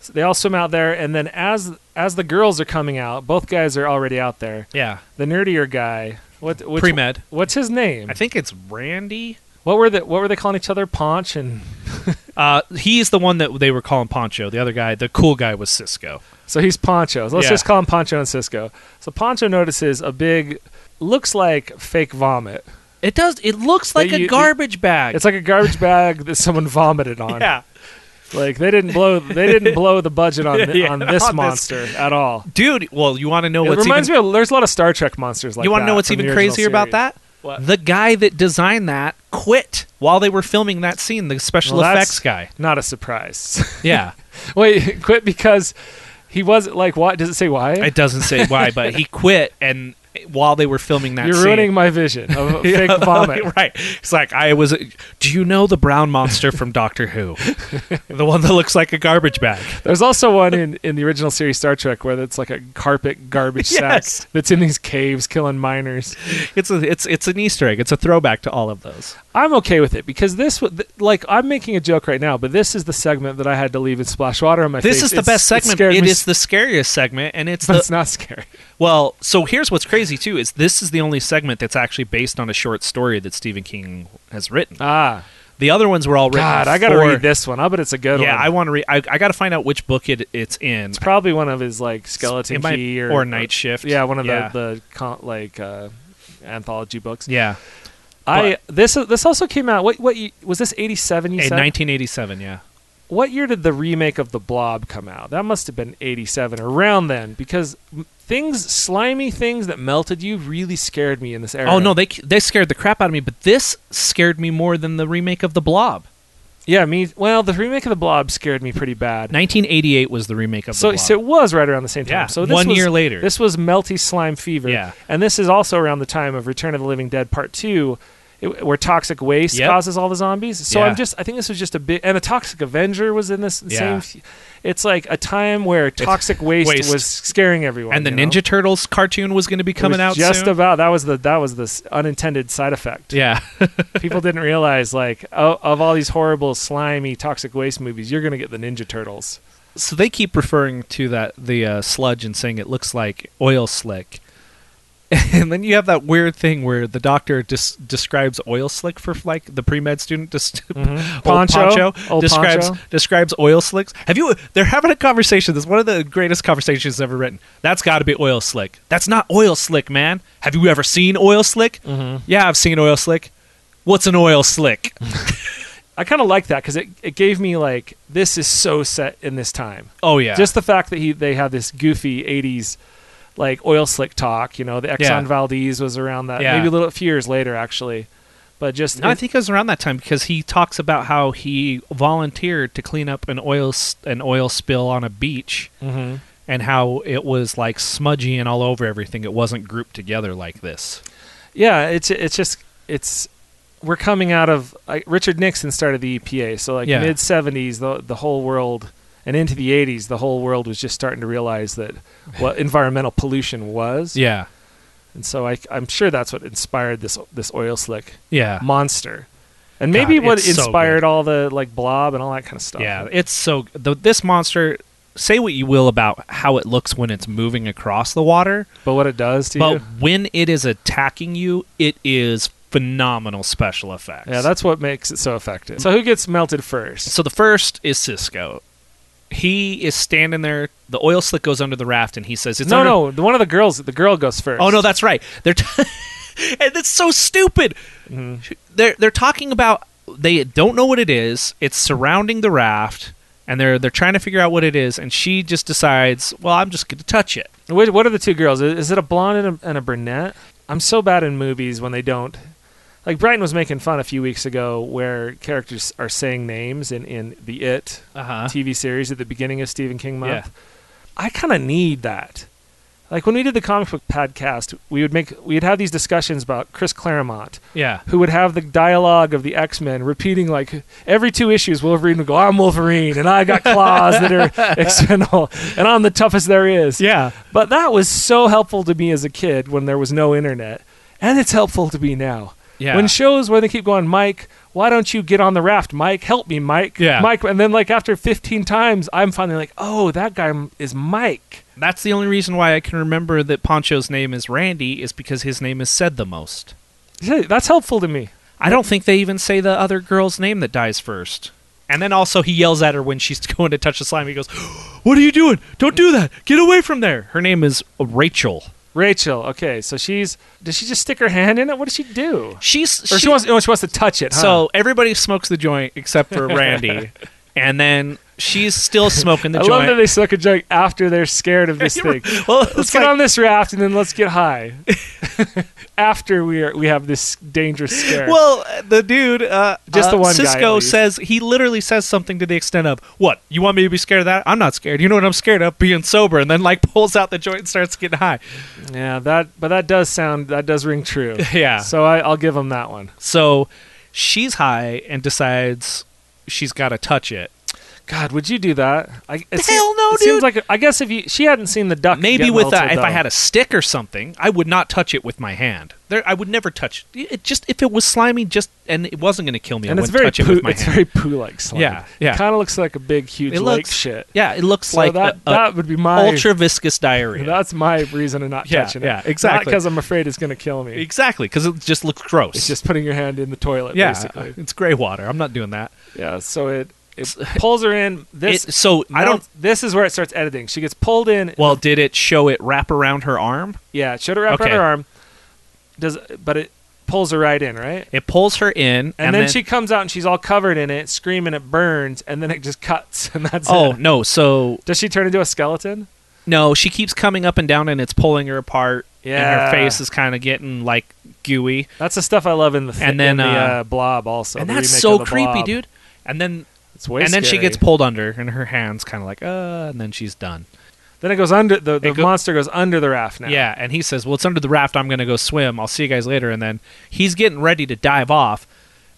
So they all swim out there, and then as as the girls are coming out, both guys are already out there. yeah. The nerdier guy, what which, Pre-med. What's his name? I think it's Randy. What were the what were they calling each other? Paunch and Uh, he's the one that they were calling Poncho. The other guy, the cool guy, was Cisco. so he's Poncho. So let's Yeah. just call him Poncho and Cisco. So Poncho notices a big, looks like fake vomit. It does. It looks like They- a you- garbage bag. It's like a garbage bag that someone vomited on. yeah. Like they didn't blow they didn't blow the budget on th- Yeah, on this on this. monster at all. dude. Well, you want to know It what's reminds even, me of there's a lot of Star Trek monsters like you want want to to know what's even crazier about that? What? The guy that designed that quit while they were filming that scene. The special Well, that's- effects guy. Not a surprise. Yeah, Wait, quit because he was like, what? Does it say why? it doesn't say why, but he quit and while they were filming that You're scene. ruining my vision of fake vomit. Right. It's like I was do you know the brown monster from Doctor Who? the one that looks like a garbage bag. There's also one in, in the original series Star Trek where it's like a carpet garbage Yes. sack that's in these caves killing miners. It's a, it's it's an Easter egg. It's a throwback to all of those. I'm okay with it because this, w- th- like, I'm making a joke right now, but this is the segment that I had to leave and splash water on my face. This is the It's- best segment. scared It me is the scariest segment and it's but the it's not scary. Well, so here's what's crazy too is this is the only segment that's actually based on a short story that Stephen King has written. Ah, The other ones were all written. God, I gotta for- read this one. I bet it's a good Yeah, one. I want to read. I, I got to find out which book it, it's in. it's probably one of his like skeleton It might- key or, or Night Shift. Yeah, one of Yeah. the the con- like uh, anthology books. Yeah, I this this also came out. What what ye- was this? Eighty seven. You in said. 1987. Yeah, what year did the remake of The Blob come out? That must have been eighty seven, around then, because m- things slimy things that melted you really scared me in this era. Oh no, they they scared the crap out of me, but this scared me more than the remake of The Blob. yeah, me. Well, the remake of The Blob scared me pretty bad. 1988 was the remake of So, The Blob. so it was right around the same time. Yeah, so this one was- year later. this was Melty Slime Fever. Yeah. and this is also around the time of Return of the Living Dead Part Two, it- where toxic waste Yep. causes all the zombies. So Yeah. I'm just, I think this was just a bit, and a Toxic Avenger was in this Yeah. same. It's like a time where toxic waste, waste. was scaring everyone, and the you know? Ninja Turtles cartoon was going to be It was coming out just soon. about that was the that was this unintended side effect. yeah, People didn't realize like oh, of all these horrible slimy toxic waste movies, you're gonna get the Ninja Turtles. so they keep referring to that the uh, sludge and saying it looks like oil slick. and then you have that weird thing where the doctor dis- describes oil slick for like the pre-med student dis- old Mm-hmm. Poncho. Old describes Poncho. describes oil slicks have you they're having a conversation that's one of the greatest conversations ever written that's got to be oil slick that's not oil slick man have you ever seen oil slick Mm-hmm. yeah i've seen oil slick what's an oil slick I kind of like that because it, it gave me like this is so set in this time. oh yeah Just the fact that he they had this goofy '80s like oil slick talk. You know, the Exxon Yeah. Valdez was around that. Yeah. Maybe a little a few years later actually, but just No, I it- think it was around that time because he talks about how he volunteered to clean up an oil s- an oil spill on a beach, Mm-hmm. and how it was like smudgy and all over everything. It wasn't grouped together like this. yeah, it's it's just it's we're coming out of like, Richard Nixon started the EPA, so like Yeah. mid '70s, the the whole world and into the '80s, the whole world was just starting to realize that what environmental pollution was. Yeah, and so I, I'm sure that's what inspired this this oil slick yeah, monster, and maybe God, what it's so inspired good. all the like blob and all that kind of stuff. yeah. It's so the, this monster. Say what you will about how it looks when it's moving across the water, but what it does to but you. when it is attacking you, it is phenomenal special effects. Yeah, that's what makes it so effective. So who gets melted first? So the first is Cisco. He is standing there. The oil slick goes under the raft, and he says, "It's No, under- no, the one of the girls. The girl goes first. Oh no, that's right. They're t- and it's so stupid. Mm-hmm. They're they're talking about they don't know what it is. It's surrounding the raft, and they're they're trying to figure out what it is. And she just decides, well, I'm just going to touch it. Wait, what are the two girls? Is is it a blonde and a, and a brunette? I'm so bad in movies when they don't. Like Brighton was making fun a few weeks ago where characters are saying names in, in the It Uh-huh. TV series at the beginning of Stephen King month. Yeah. I kind of need that. Like when we did the comic book podcast, we would make we'd have these discussions about Chris Claremont, Yeah, who would have the dialogue of the X Men repeating like every two issues. Wolverine would go, "I'm Wolverine, and I got claws that are external, and I'm the toughest there is." yeah. But that was so helpful to me as a kid when there was no internet, and it's helpful to me now. Yeah. When shows where they keep going, Mike, why don't you get on the raft? Mike, help me, Mike. Yeah. Mike, and then like after 15 times, I'm finally like, oh, that guy m- is Mike. That's the only reason why I can remember that Poncho's name is Randy is because his name is said the most. Yeah, That's helpful to me. I don't think they even say the other girl's name that dies first. And then also he yells at her when she's going to touch the slime. He goes, "What are you doing? Don't do that! Get away from there!" Her name is Rachel. Rachel. Okay, so she's does she just stick her hand in it? What does she do? She's Or she, wants. Oh, she wants to touch it. huh? so everybody smokes the joint except for Randy, and then she's still smoking the I joint. love that they suck a joke after they're scared of this thing. well, let's it's get like- on this raft and then let's get high. After we are, we have this dangerous scare. Well, the dude, uh, Just uh, the one guy, at Cisco least. says he literally says something to the extent of, "What you want me to be scared of that? I'm not scared. You know what I'm scared of? Being sober." And then like pulls out the joint and starts getting high. yeah, that but that does sound that does ring true. Yeah. So I, I'll give him that one. So she's high and decides she's got to touch it. God, would you do that? I, it seem- Hell no, it Seems dude. like I guess if you she hadn't seen the duck. Maybe get with melted, a, if though. I had a stick or something, I would not touch it with my hand. There, I would never touch it. Just if it was slimy, just and it wasn't going to kill me. and I it's wouldn't very touch poo, it with my it's hand. very poo like slime. Yeah, yeah. Kind of looks like a big huge it lake looks shit. Yeah, it looks So like that a, that would be my ultra viscous diarrhea. That's my reason of not Yeah, touching yeah, it. exactly. because I'm afraid it's going to kill me. exactly because it just looks gross. It's just putting your hand in the toilet, yeah, basically. it's gray water. I'm not doing that. Yeah. So it it pulls her in. This It- so I now don't. This is where it starts editing. She gets pulled in. Well, did it show it wrap around her arm? yeah. Showed her wrap around okay. her arm. Does but it pulls her right in, right? It pulls her in, And, and, then, she comes out and she's all covered in it, screaming. It burns, and then it just cuts, and that's Oh it. no! So Does she turn into a skeleton? No, she keeps coming up and down, and it's pulling her apart. and Yeah. her face is kind of getting like gooey, That's the stuff I love in the th- And then, in the, uh, uh, blob also. and the that's remake so of the creepy, Blob. dude. And then It's way and then she scary. gets pulled under, and her hands kind of like uh, and then she's done. Then it goes under the, the It go- monster goes under the raft now. Yeah. and he says, "Well, it's under the raft. I'm gonna go swim. I'll see you guys later." And then he's getting ready to dive off,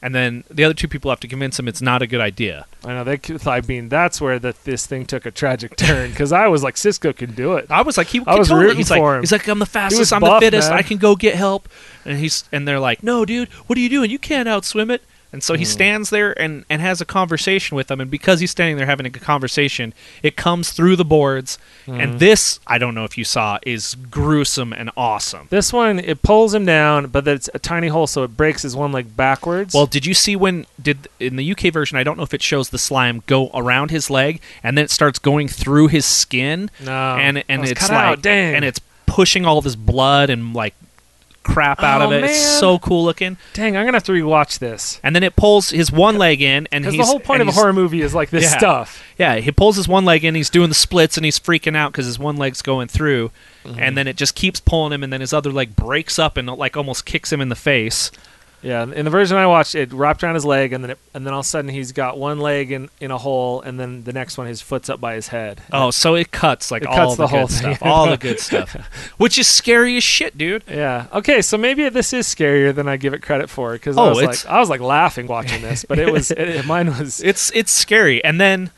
and then the other two people have to convince him it's not a good idea. I know. They, c- I mean, that's where the, this thing took a tragic turn because I was like, Cisco can do it. I was like, he I was totally- rooting he's like, for him. He's like, I'm the fastest, I'm buff, the fittest, man. I can go get help. And he's and they're like, no, dude, what are you doing? You can't outswim it. And Mm. so he stands there and, and has a conversation with them. And because he's standing there having a conversation, it comes through the boards. Mm. And this, I don't know if you saw, is gruesome and awesome. This one it pulls him down, but it's a tiny hole, so it breaks his one leg backwards. Well, did you see when did in the UK version? I don't know if it shows the slime go around his leg and then it starts going through his skin. No. and I and was it's cut like out, dang. and it's pushing all of his blood and like crap out Oh, of it. It's man. so cool looking. dang, I'm gonna have to rewatch this And then it pulls his one leg in, and because he's the whole point of and a he's- horror movie is like this Yeah. stuff. Yeah, he pulls his one leg in, he's doing the splits, and he's freaking out because his one leg's going through, Mm-hmm. and then it just keeps pulling him, and then his other leg breaks up and like almost kicks him in the face. Yeah, in the version I watched, it wrapped around his leg, and then it, and then all of a sudden he's got one leg in, in a hole, and then the next one his foot's up by his head. Oh, so it cuts like It cuts all the, the whole good thing. stuff, all the good stuff, which is scary as shit, dude. Yeah. Okay, so maybe this is scarier than I give it credit for because Oh, I was it's- like I was like laughing watching this, but it was it, it- mine was It's it's scary, and then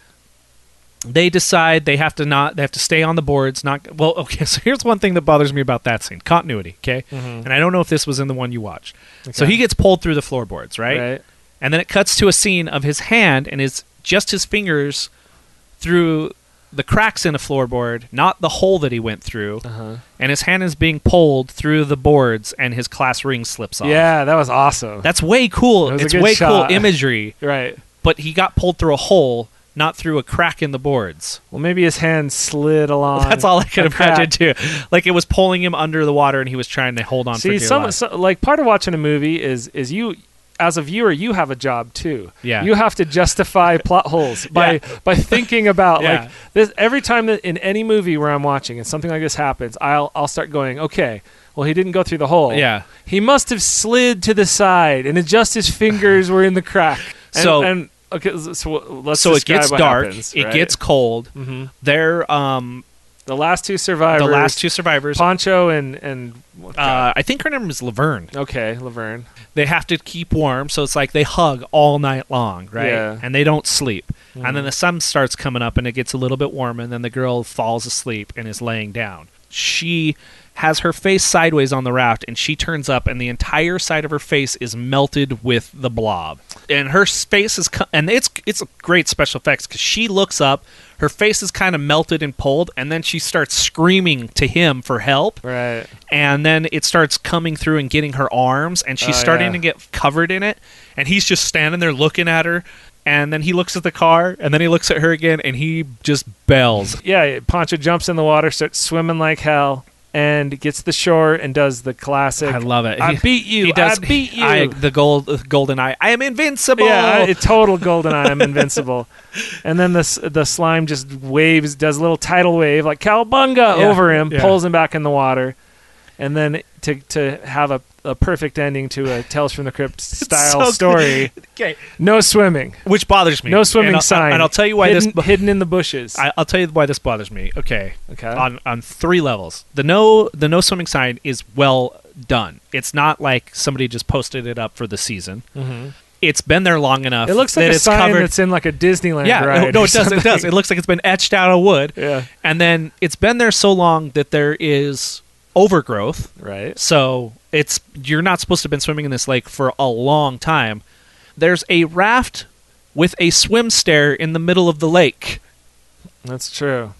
they decide they have to not they have to stay on the boards. Not well, okay. So here's one thing that bothers me about that scene: continuity. Okay, Mm-hmm. and I don't know if this was in the one you watched. So he gets pulled through the floorboards, right. And then it cuts to a scene of his hand and his just his fingers through the cracks in a floorboard, not the hole that he went through. Uh-huh. And his hand is being pulled through the boards, and his class ring slips off. Yeah, that was awesome. that's way cool. That was a it's good way shot. cool imagery. right. But he got pulled through a hole, not through a crack in the boards. Well, maybe his hand slid along. That's all I could a crack. imagine too. Like it was pulling him under the water, and he was trying to hold on. for See, dear some, life. so- like part of watching a movie is is you as a viewer you have a job too. Yeah. You have to justify plot holes by by thinking about Yeah. like this every time that in any movie where I'm watching and something like this happens, I'll I'll start going, "Okay, well he didn't go through the hole. Yeah. He must have slid to the side and it just his fingers were in the crack." And, So- and okay, so let's so it describe gets what dark. happens, it right? gets cold. Mm-hmm. They're um, the last two survivors. Oh, the last two survivors. Poncho and and uh, I think her name is Laverne. okay, Laverne. They have to keep warm, so it's like they hug all night long, right? Yeah. Mm. And they don't sleep. And then the sun starts coming up, and it gets a little bit warm, and then the girl falls asleep and is laying down. She has her face sideways on the raft, and she turns up, and the entire side of her face is melted with the blob. And her s- face is, co- and it's it's a great special effects because she looks up, her face is kind of melted and pulled, and then she starts screaming to him for help Right. and then it starts coming through and getting her arms and she's Oh, starting yeah. to get covered in it and he's just standing there looking at her and then he looks at the car and then he looks at her again and he just bells yeah, Poncho jumps in the water, starts swimming like hell, and gets to the shore and does the classic. i love it I He- beat you. he does I beat you. I- Oh. the gold the golden eye i am invincible yeah, I- total golden eye. I'm invincible. And then the s- the slime just waves, does a little tidal wave like cowabunga Yeah, over him, yeah. pulls him back in the water, and then to to have a, a perfect ending to a Tales from the Crypt style so- story. okay No swimming. which bothers me No and swimming I'll- sign. and i'll tell you why hidden, this hidden in the bushes. I, I'll tell you why this bothers me. Okay. Okay. On on three levels. The no the no swimming sign is well done. It's not like somebody just posted it up for the season. Mm-hmm. It's been there long enough. it looks like that a it's sign covered. that's in like a Disneyland yeah. ride. no, or it does. It does. something. It looks like it's been etched out of wood. Yeah. And then it's been there so long that there is overgrowth. Right. So it's you're not supposed to have been swimming in this lake for a long time. There's a raft with a swim stair in the middle of the lake. That's true.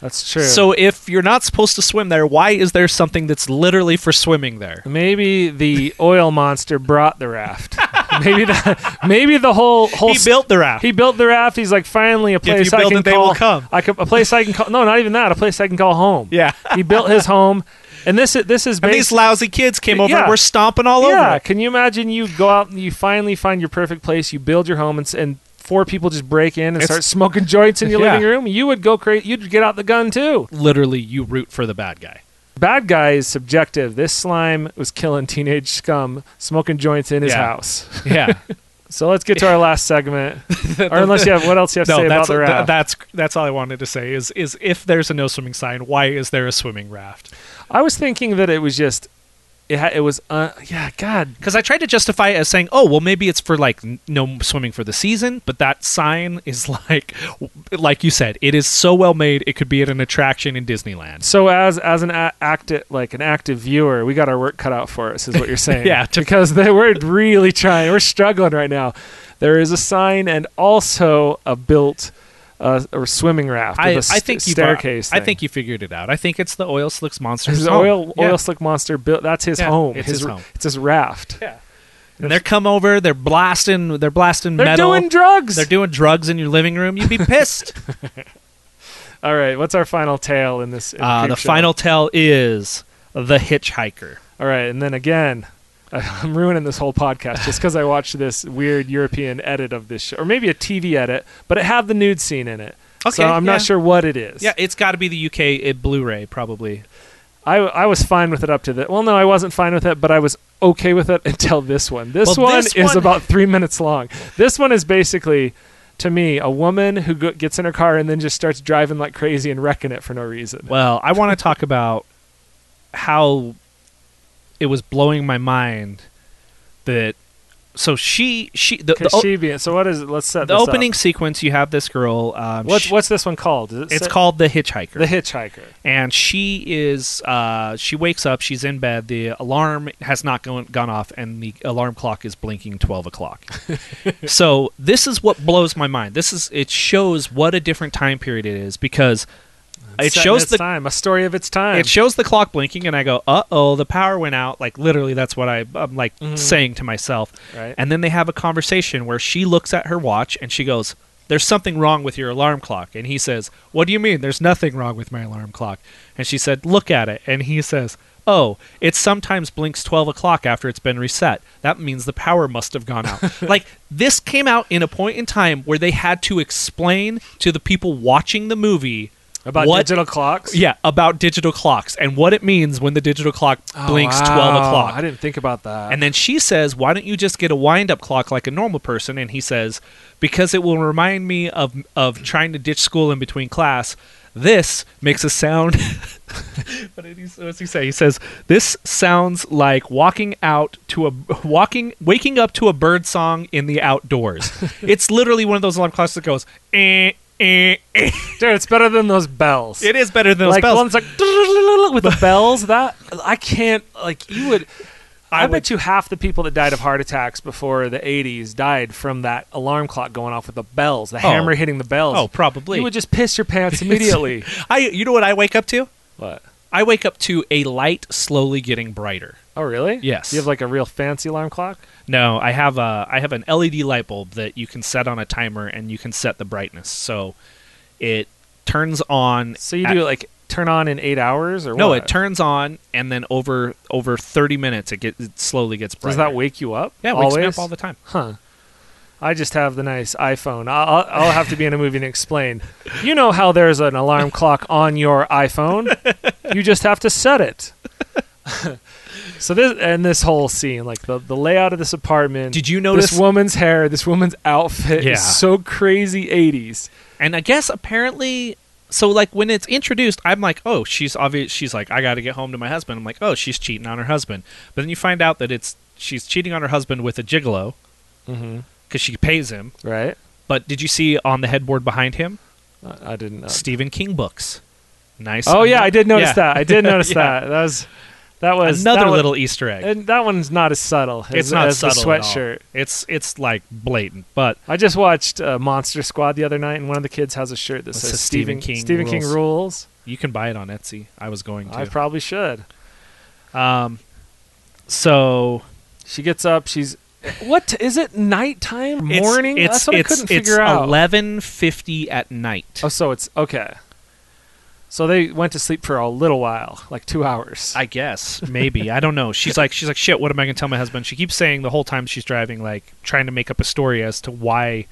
That's true. So if you're not supposed to swim there, why is there something that's literally for swimming there? maybe the oil monster brought the raft. maybe the maybe the whole whole He s- built the raft. he built the raft. He's like finally a you place I build can it, they call will come. I can, a place I can call. No, not even that. A place I can call home. Yeah. he built his home, and this is this is and based, these lousy kids came over Yeah. and were stomping yeah. all over. it. Can you imagine? You go out and you finally find your perfect place. You build your home and. s- and Four people just break in and It's- start smoking joints in your Yeah. living room. You would go crazy. You'd get out the gun too. Literally, you root for the bad guy. bad guy is subjective. This slime was killing teenage scum, smoking joints in his Yeah. house. Yeah. So let's get to our last segment. or unless you have what else you have to no, say about that's the raft. that's that's all I wanted to say is is if there's a no swimming sign, why is there a swimming raft? I was thinking that it was just It, ha- it was uh, yeah, God, Because I tried to justify it as saying, "Oh, well, maybe it's for like n- no swimming for the season," but that sign is like, like you said, it is so well made. It could be at an attraction in Disneyland. So as as an a- active like an active viewer, we got our work cut out for us, is what you're saying. Yeah, to- because they, we're really trying. We're struggling right now. There is a sign and also a built uh, or swimming raft. I, with a I st- think you staircase. I thing. think you figured it out. I think it's the oil slicks monster. His oil oil slick monster built. That's his Yeah, home. it's his home. It's his raft. Yeah. And they're come over. They're blasting. They're blasting They're metal. doing drugs. they're doing drugs in your living room. You'd be pissed. All right. What's our final tale in this? in uh, the Creepshow? final tell is the hitchhiker. All right, and then again, I'm ruining this whole podcast just because I watched this weird European edit of this show, or maybe a TV edit, but it had the nude scene in it. Okay, so I'm yeah. not sure what it is. Yeah, it's got to be the UK it Blu-ray probably. I, I was fine with it up to the. Well, no, I wasn't fine with it, but I was okay with it until this one. This, Well, one, this is one- about three minutes long. This one is basically, to me, a woman who go- gets in her car and then just starts driving like crazy and wrecking it for no reason. Well, I want to talk about how it was blowing my mind that so she she the, the, Could o- she be? So what is it? Let's set the this up. opening sequence you have this girl um, What's she- what's this one called? Does it it's say- called the hitchhiker the Hitchhiker. and she is uh, she wakes up she's in bed the alarm has not gone, gone off and the alarm clock is blinking 12 o'clock so this is what blows my mind this is it shows what a different time period it is because it Set in shows its the time, a story of its time. it shows the clock blinking and i go uh-oh the power went out like literally that's what I, i'm like saying to myself Mm-hmm. Right. and then they have a conversation where she looks at her watch and she goes there's something wrong with your alarm clock and he says what do you mean there's nothing wrong with my alarm clock and she said look at it and he says oh it sometimes blinks 12 o'clock after it's been reset that means the power must have gone out like this came out in a point in time where they had to explain to the people watching the movie about what digital clocks. yeah, about digital clocks and what it means when the digital clock blinks Oh, 12 wow. o'clock. I didn't think about that. And then she says, Why don't you just get a wind up clock like a normal person? And he says, Because it will remind me of, of trying to ditch school in between class. This makes a sound. what did he, what does he say? He says, This sounds like walking out to a walking, waking up to a bird song in the outdoors. it's literally one of those alarm clocks that goes, eh, eh, eh. Dude, it's better than those bells. It is better than those like bells. ones like with the bells. That I can't. Like you would. I, bet would- you half the people that died of heart attacks before the 80s died from that alarm clock going off with the bells, the hammer hitting the bells. Oh, probably. You would just piss your pants immediately. I, you know what I wake up to? what? I wake up to a light slowly getting brighter. Oh, really? Yes. You have like a real fancy alarm clock? No, I have a I have an LED light bulb that you can set on a timer and you can set the brightness. So it turns on So you at- do like turn on in eight hours or No, what? it turns on and then over over 30 minutes it gets it slowly gets brighter. Does that wake you up? Yeah, it wakes Always? me up all the time. Huh. I just have the nice iPhone. I'll, I'll- I'll have to be in a movie and explain. You know how there's an alarm clock on your iPhone. You just have to set it. so this and this whole scene, like the, the layout of this apartment. Did you notice- this woman's hair? This woman's outfit Yeah. is so crazy '80s. And I guess apparently so like when it's introduced, I'm like, "Oh, she's obvious she's like I got to get home to my husband." I'm like, "Oh, she's cheating on her husband." But then you find out that it's she's cheating on her husband with a gigolo Mhm. cuz she pays him. Right? But did you see on the headboard behind him? I, I didn't. Know. Stephen King books. Nice. Oh yeah, I did notice Yeah. that. I did notice Yeah. that. That was that was that Another one- little Easter egg. And that one's not as subtle. As, it's not as subtle. The at all. sweatshirt. It's it's like blatant, but I just watched uh, Monster Squad the other night, and one of the kids has a shirt that This says is Stephen Stephen King. King Stephen King rules. rules. you can buy it on Etsy. I was going I to. probably should. so She gets up. She's what is it? Nighttime, it's- morning. It's, That's what it's, I couldn't it's figure out. Eleven fifty at night. Oh, so it's okay. So they went to sleep for a little while, like two hours. I guess maybe I don't know. She's like she's like shit. What am I gonna tell my husband? She keeps saying the whole time she's driving, like trying to make up a story as to why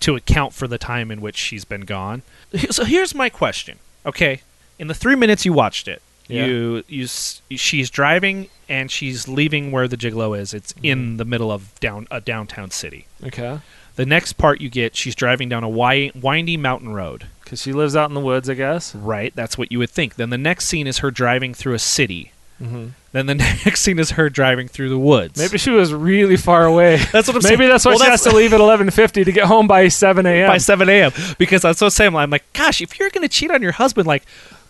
to account for the time in which she's been gone. He- So here's my question. Okay, in the three minutes you watched it, Yeah. you you s- she's driving and she's leaving where the gigolo is. It's in the middle of down a downtown city. okay, The next part you get, she's driving down a wi- windy mountain road. because she lives out in the woods, I guess. Right, that's what you would think. Then the next scene is her driving through a city. Then the next scene is her driving through the woods. Maybe she was really far away. That's what I'm saying. Maybe that's why Well, she that's- has to leave at 11:50 to get home by 7 a.m. by 7 a.m. Because that's what I'm saying. I'm like, gosh, if you're going to cheat on your husband, like,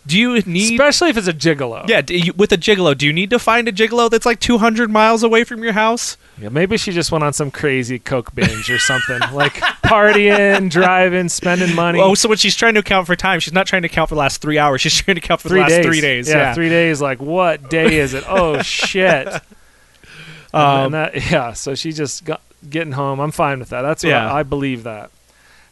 do you need. Especially if it's a gigolo. yeah, do you, with a gigolo, do you need to find a gigolo that's like 200 miles away from your house? Yeah, Maybe she just went on some crazy coke binge or something, like partying, driving, spending money. Oh, so when she's trying to account for time, she's not trying to count for the last three hours. She's trying to count for the last three days. Yeah, three days. Like, what day is it? Oh shit. Um, and that, yeah. So she just got getting home. I'm fine with that. That's what Yeah. I, I believe that.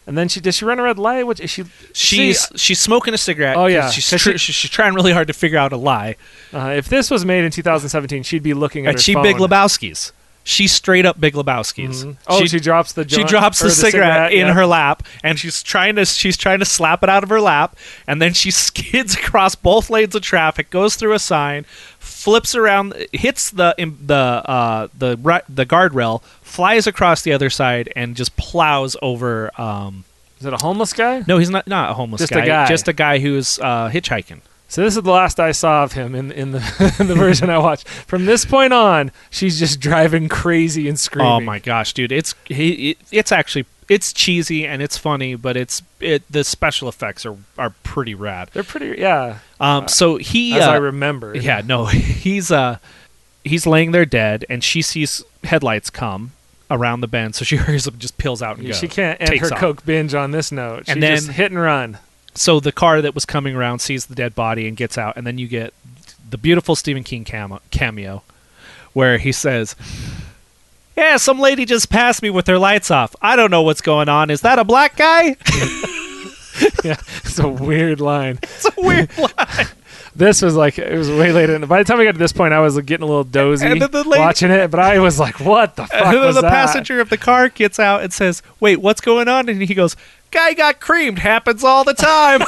And then she did she run a red light? What is she? she's she's smoking a cigarette. Oh, 'cause yeah. she's, 'Cause tr- she- she's she's trying really hard to figure out a lie. Uh, if this was made in 2017, she'd be looking at And her she phone. Big Lebowski's. She's straight up Big Lebowski's. Oh, she, drops the she joint- drops or the, cigarette, in yeah. her lap, and she's trying to she's trying to slap it out of her lap, and then she skids across both lanes of traffic, goes through a sign, flips around, hits the im- the uh, the ri- the guardrail, flies across the other side, and just plows over. Um, Is it a homeless guy? no, he's not not a homeless Just a guy. just a guy who's uh, hitchhiking. So this is the last I saw of him in in the in the version I watched. From this point on, she's just driving crazy and screaming. Oh my gosh, dude! It's he, it, it's actually it's cheesy and it's funny, but it's it the special effects are are pretty rad. They're pretty. Yeah. Um, so he As I uh, remember. yeah no he's uh he's laying there dead, and she sees headlights come around the bend, so she hurries up and just peels out and goes. She can't end Takes her off. coke binge on this note. She And just then- hit and run. So the car that was coming around sees the dead body and gets out, and then you get the beautiful Stephen King camo- cameo, where he says. Yeah, some lady just passed me with her lights off. I don't know what's going on. Is that a black guy? Yeah, it's a weird line. It's a weird line. This was like it was way later. And by the time we got to this point, I was like, getting a little dozy And then the lady- watching it. But I was like, "What the fuck And then was the that?" passenger of the car gets out and says, "Wait, what's going on?" And he goes, "Guy got creamed. Happens all the time.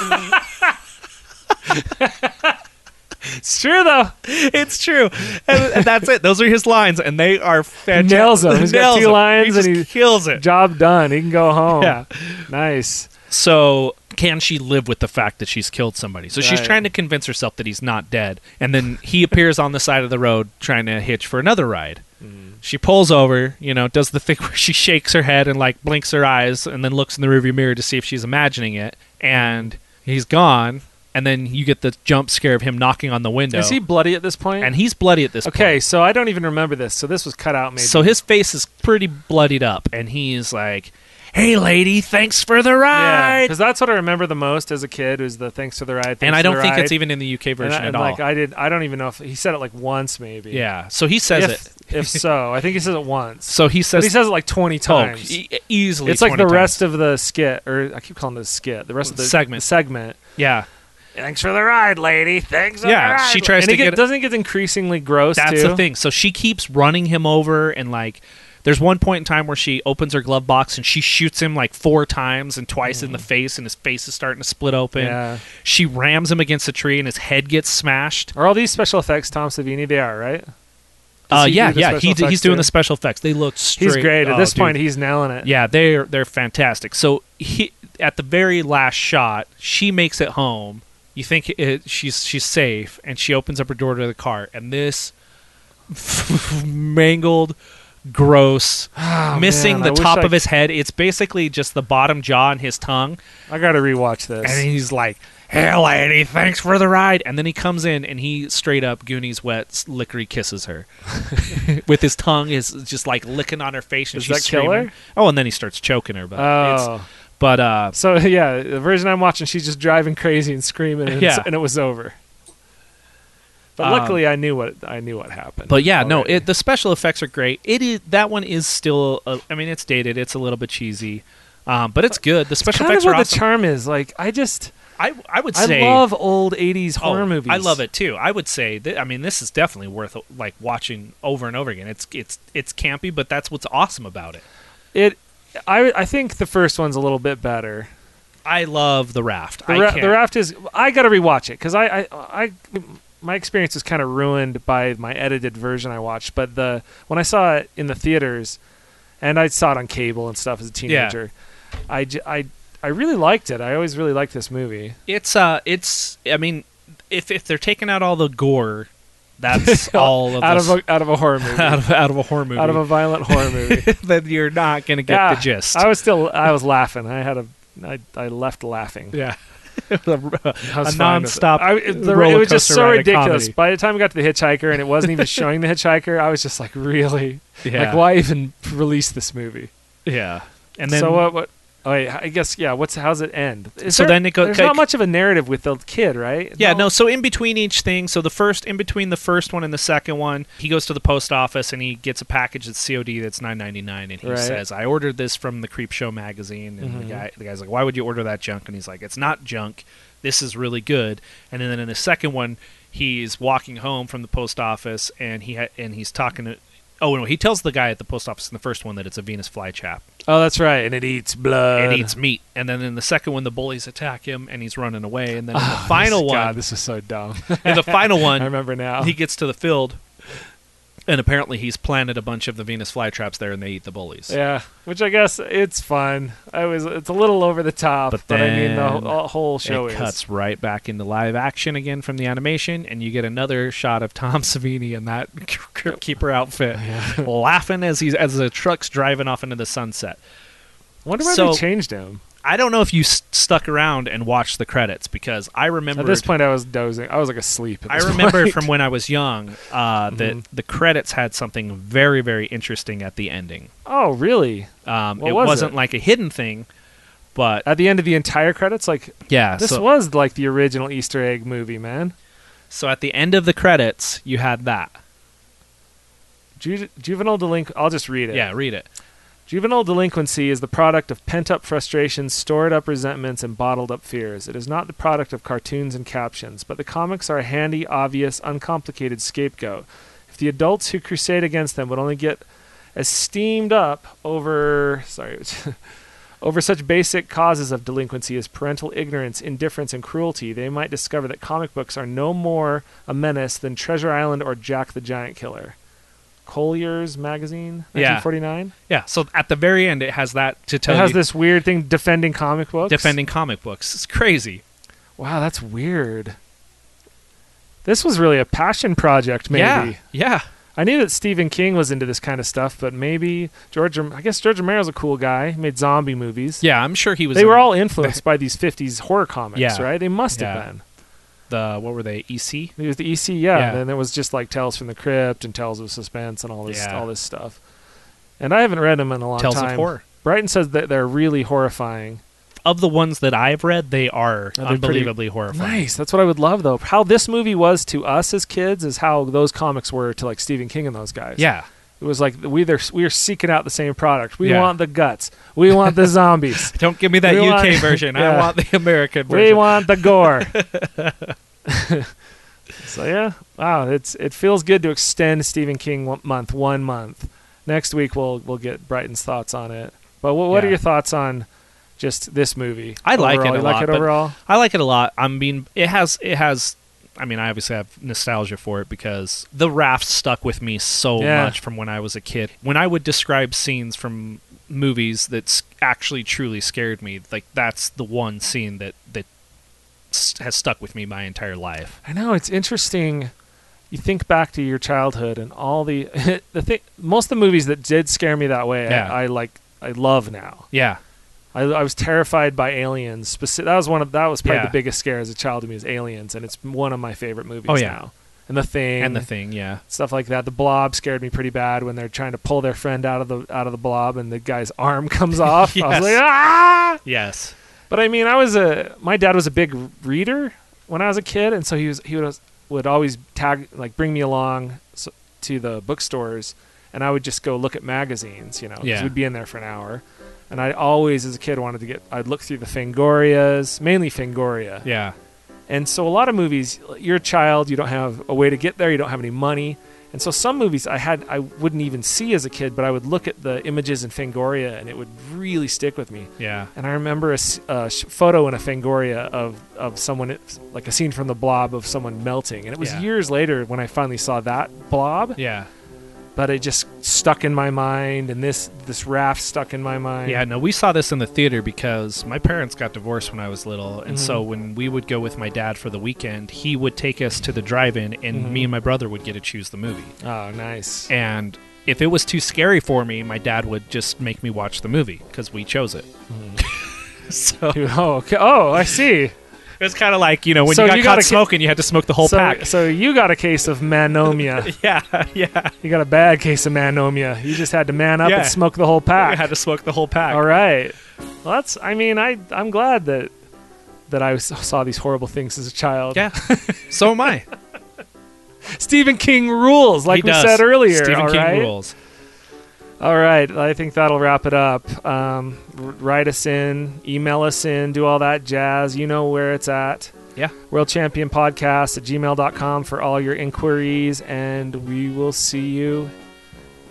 It's true though. it's true." And, and that's it. Those are his lines, and they are fantastic. Nails them. He's got Nails two them. lines he and just he- kills it. Job done. He can go home. Yeah. Nice. So, can she live with the fact that she's killed somebody? So she's Right. trying to convince herself that he's not dead, and then he appears on the side of the road trying to hitch for another ride. Mm. She pulls over, you know, does the thing where she shakes her head and like blinks her eyes, and then looks in the rearview mirror to see if she's imagining it. And he's gone, and then you get the jump scare of him knocking on the window, Is he bloody at this point? and he's bloody at this okay, point. so I don't even remember this. So this was cut out. Maybe. so his face is pretty bloodied up, and he's like, "Hey, lady, thanks for the yeah, ride." because that's what I remember the most as a kid was the thanks to the ride. and thanks I to the don't think ride. it's even in the UK version and I, at and, all. Like I did. I don't even know if he said it like once maybe. Yeah. So he says it. If, if so, I think he says it once. So he But says he says it like 20 Coke times. e- easily. It's like 20 the times. rest of the skit, or I keep calling it a skit, the rest of the Segment. the segment. Yeah. Thanks for the ride, lady. Thanks for Yeah, the ride. she tries and to it get- doesn't it get increasingly gross, That's too? the thing. So she keeps running him over and like. There's one point in time where she opens her glove box and she shoots him like four times and twice in the face, and his face is starting to split open. Mm. Yeah. She rams him against a tree and his head gets smashed. Are all these special effects Tom Savini? They are, right? Does Uh, he do yeah, the yeah. special He, d- he's effects, doing too? the special effects. They look straight. He's great. At oh, this dude. point, he's nailing it. Yeah, they're they're fantastic. So he at the very last shot, she makes it home. You think it, she's she's safe, and she opens up her door to the car, and this mangled, gross, missing Ah, man, I the wish top I- of his head. It's basically just the bottom jaw and his tongue, I got to rewatch this. and he's like. Hey lady, thanks for the ride. And then he comes in and he straight up Goonies wet lickery kisses her with his tongue is just like licking on her face and Does she's that kill her? screaming. Oh, and then he starts choking her. But it's, oh. but uh, So, yeah, the version I'm watching, she's just driving crazy and screaming, and, it's- Yeah. and it was over. But Um, luckily, I knew what I knew what happened. but yeah, no, already. it, the special effects are great. It is that one is still. uh, I mean, it's dated. It's a little bit cheesy, um, but it's good. The special kind of effects what are the awesome. charm is. Like, I just I I would I say love old '80s oh, horror movies. I love it too. I would say that. I mean, this is definitely worth like watching over and over again. It's it's it's campy, but that's what's awesome about it. It. I I think the first one's a little bit better. I love the raft. The, I Ra- can't- the raft is. I got to rewatch it because I, I I my experience was kind of ruined by my edited version I watched. But the when I saw it in the theaters, and I saw it on cable and stuff as a teenager, I j- I I really liked it. I always really liked this movie. It's uh, it's. I mean, if if they're taking out all the gore That's all of out this- of a, out of a horror movie, out of out of a horror movie. out of a violent horror movie. Ah, then you're not gonna get the gist. I was still I was laughing. I had a I, I left laughing. yeah, I was a fine with it. nonstop I, it, the- roller it was just coaster so ride of ridiculous. comedy. By the time we got to the hitchhiker and it wasn't even showing the hitchhiker, I was just like, really, Yeah. like why even release this movie? yeah. And then so what? What? Oh, wait, I guess yeah. What's how's it end? Is So there- then it go- There's like- not much of a narrative with the kid, right? Yeah, no. So in between each thing, so the first in between the first one and the second one, he goes to the post office and he gets a package that's COD that's nine ninety nine, and he Right. Mm-hmm. says, "I ordered this from the Creep Show magazine." And the guy, the guy's like, "Why would you order that junk?" And he's like, "It's not junk. This is really good." And then in the second one, he's walking home from the post office and he ha- and he's talking to. Oh no! He tells the guy at the post office in the first one that it's a Venus flytrap Oh, that's right. And it eats blood. and eats meat, and then in the second one the bullies attack him and he's running away, and then in the final God, one, Ah, this is so dumb. in the final one, I remember now. he gets to the field, and apparently he's planted a bunch of the Venus flytraps there, and they eat the bullies. Yeah, which I guess it's fun. I was it's a little over the top, But but, I mean the then whole, whole show it is. cuts right back into live action again from the animation, and you get another shot of Tom Savini in that Crypt Keeper outfit, laughing as he's as the truck's driving off into the sunset. Wonder why So- they changed him. I don't know if you s- stuck around and watched the credits because I remember At this point, I was dozing. I was like asleep. At I this remember point. from when I was young uh, that Mm-hmm. the credits had something very, very interesting at the ending. Oh, really? Um, What it was was not it? like a hidden thing, but At the end of the entire credits, like yeah. this so, was like the original Easter egg movie, man. so at the end of the credits, you had that. Ju- juvenile delinquent. I'll just read it. Yeah, read it. Juvenile delinquency is the product of pent up frustrations, stored up resentments, and bottled up fears. It is not the product of cartoons and captions, but the comics are a handy, obvious, uncomplicated scapegoat. If the adults who crusade against them would only get as steamed up over sorry over such basic causes of delinquency as parental ignorance, indifference, and cruelty, they might discover that comic books are no more a menace than Treasure Island or Jack the Giant Killer. Collier's magazine, Yeah. 1949. Yeah. So at the very end, it has that to tell It has you this weird thing defending comic books. defending comic books. It's crazy. Wow, that's weird. This was really a passion project, maybe. Yeah. Yeah. I knew that Stephen King was into this kind of stuff, but maybe George. Rom- I guess George Romero's a cool guy. He made zombie movies. Yeah. I'm sure he was. They in were all influenced by these '50s horror comics, Yeah. right? They must Yeah. have been. the what were they? E EC. It was the EC, yeah. Yeah. And then it was just like Tales from the Crypt and Tales of Suspense and all this, Yeah. all this stuff. And I haven't read them in a long Tales of time. Horror. Brighton says that they're really horrifying. Of the ones that I've read, they are they're pretty- unbelievably horrifying. Nice. That's what I would love though. How this movie was to us as kids is how those comics were to like Stephen King and those guys. Yeah. It was like we they're, we are seeking out the same product. We Yeah. want the guts. We want the zombies. Don't give me that We UK want- version. I Yeah. want the American version. we want the gore. so yeah, wow, it's it feels good to extend Stephen King one month one month. Next week we'll we'll get Brighton's thoughts on it. But what, what are Yeah. your thoughts on just this movie? I like it overall? a You like lot, it but- overall. I like it a lot. I mean, it has it has. I mean, I obviously have nostalgia for it because the raft stuck with me so Yeah. much from when I was a kid. When I would describe scenes from movies that s- actually truly scared me, like that's the one scene that that s- has stuck with me my entire life. I know it's interesting. You think back to your childhood and all the the thing. Most of the movies that did scare me that way, Yeah. I, I like. I love now. Yeah, I, I was terrified by aliens. Speci- that was one of that was probably Yeah. the biggest scare as a child to me was aliens, and it's one of my favorite movies Oh, yeah. now. And the thing and the thing, yeah, stuff like that. The blob scared me pretty bad when they're trying to pull their friend out of the out of the blob and the guy's arm comes off. I was Yes. like, ah! yes, But I mean, I was a my dad was a big reader when I was a kid, and so he was he would would always tag like bring me along s to the bookstores, and I would just go look at magazines, you know, 'cause Yeah. we'd be in there for an hour. And I always, as a kid, wanted to get. I'd look through the Fangorias, mainly Fangoria, yeah, and so a lot of movies, you're a child, you don't have a way to get there, you don't have any money. And so some movies I had I wouldn't even see as a kid, but I would look at the images in Fangoria and it would really stick with me. yeah, And I remember a, s- a sh- photo in a Fangoria of, of someone, like a scene from the blob of someone melting. And it was Yeah. years later when I finally saw that blob. yeah, but it just stuck in my mind, and this this raft stuck in my mind. Yeah, no, we saw this in the theater because my parents got divorced when I was little, and so Mm-hmm. when we would go with my dad for the weekend, he would take us to the drive-in, and Mm-hmm. me and my brother would get to choose the movie. Oh, nice. And if it was too scary for me, my dad would just make me watch the movie because we chose it. so oh, okay. oh, I see. it's kind of like you know when So you got you caught gotta ca- smoking, you had to smoke the whole So, pack. so you got a case of manomia. Yeah, yeah, you got a bad case of manomia. You just had to man up Yeah. and smoke the whole I pack. had to smoke the whole pack. All right. Well, that's. I mean, I I'm glad that that I s- saw these horrible things as a child. Yeah, so am I. Stephen King rules, like he we does. said earlier. Stephen all King right? rules. All right. I think that'll wrap it up. Um, r- write us in, email us in, do all that jazz. You know where it's at. Yeah. World Champion Podcast at gmail.com for all your inquiries. And we will see you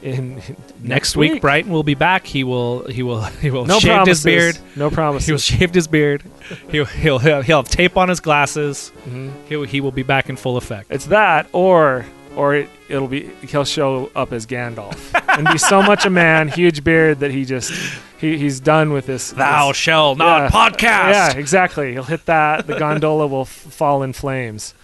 in Next week, Brighton will be back. He will. He will. He will No shave promises. his beard. No promises. He will shave his beard. He'll he'll he'll he'll have tape on his glasses. He'll, he will be back in full effect. Mm-hmm. It's that, or or it, it'll be he'll show up as Gandalf and be so much a man, huge beard that he just he, he's done with this. Thou this- shall not Yeah. podcast. Yeah, exactly. He'll hit that. The gondola will f- fall in flames.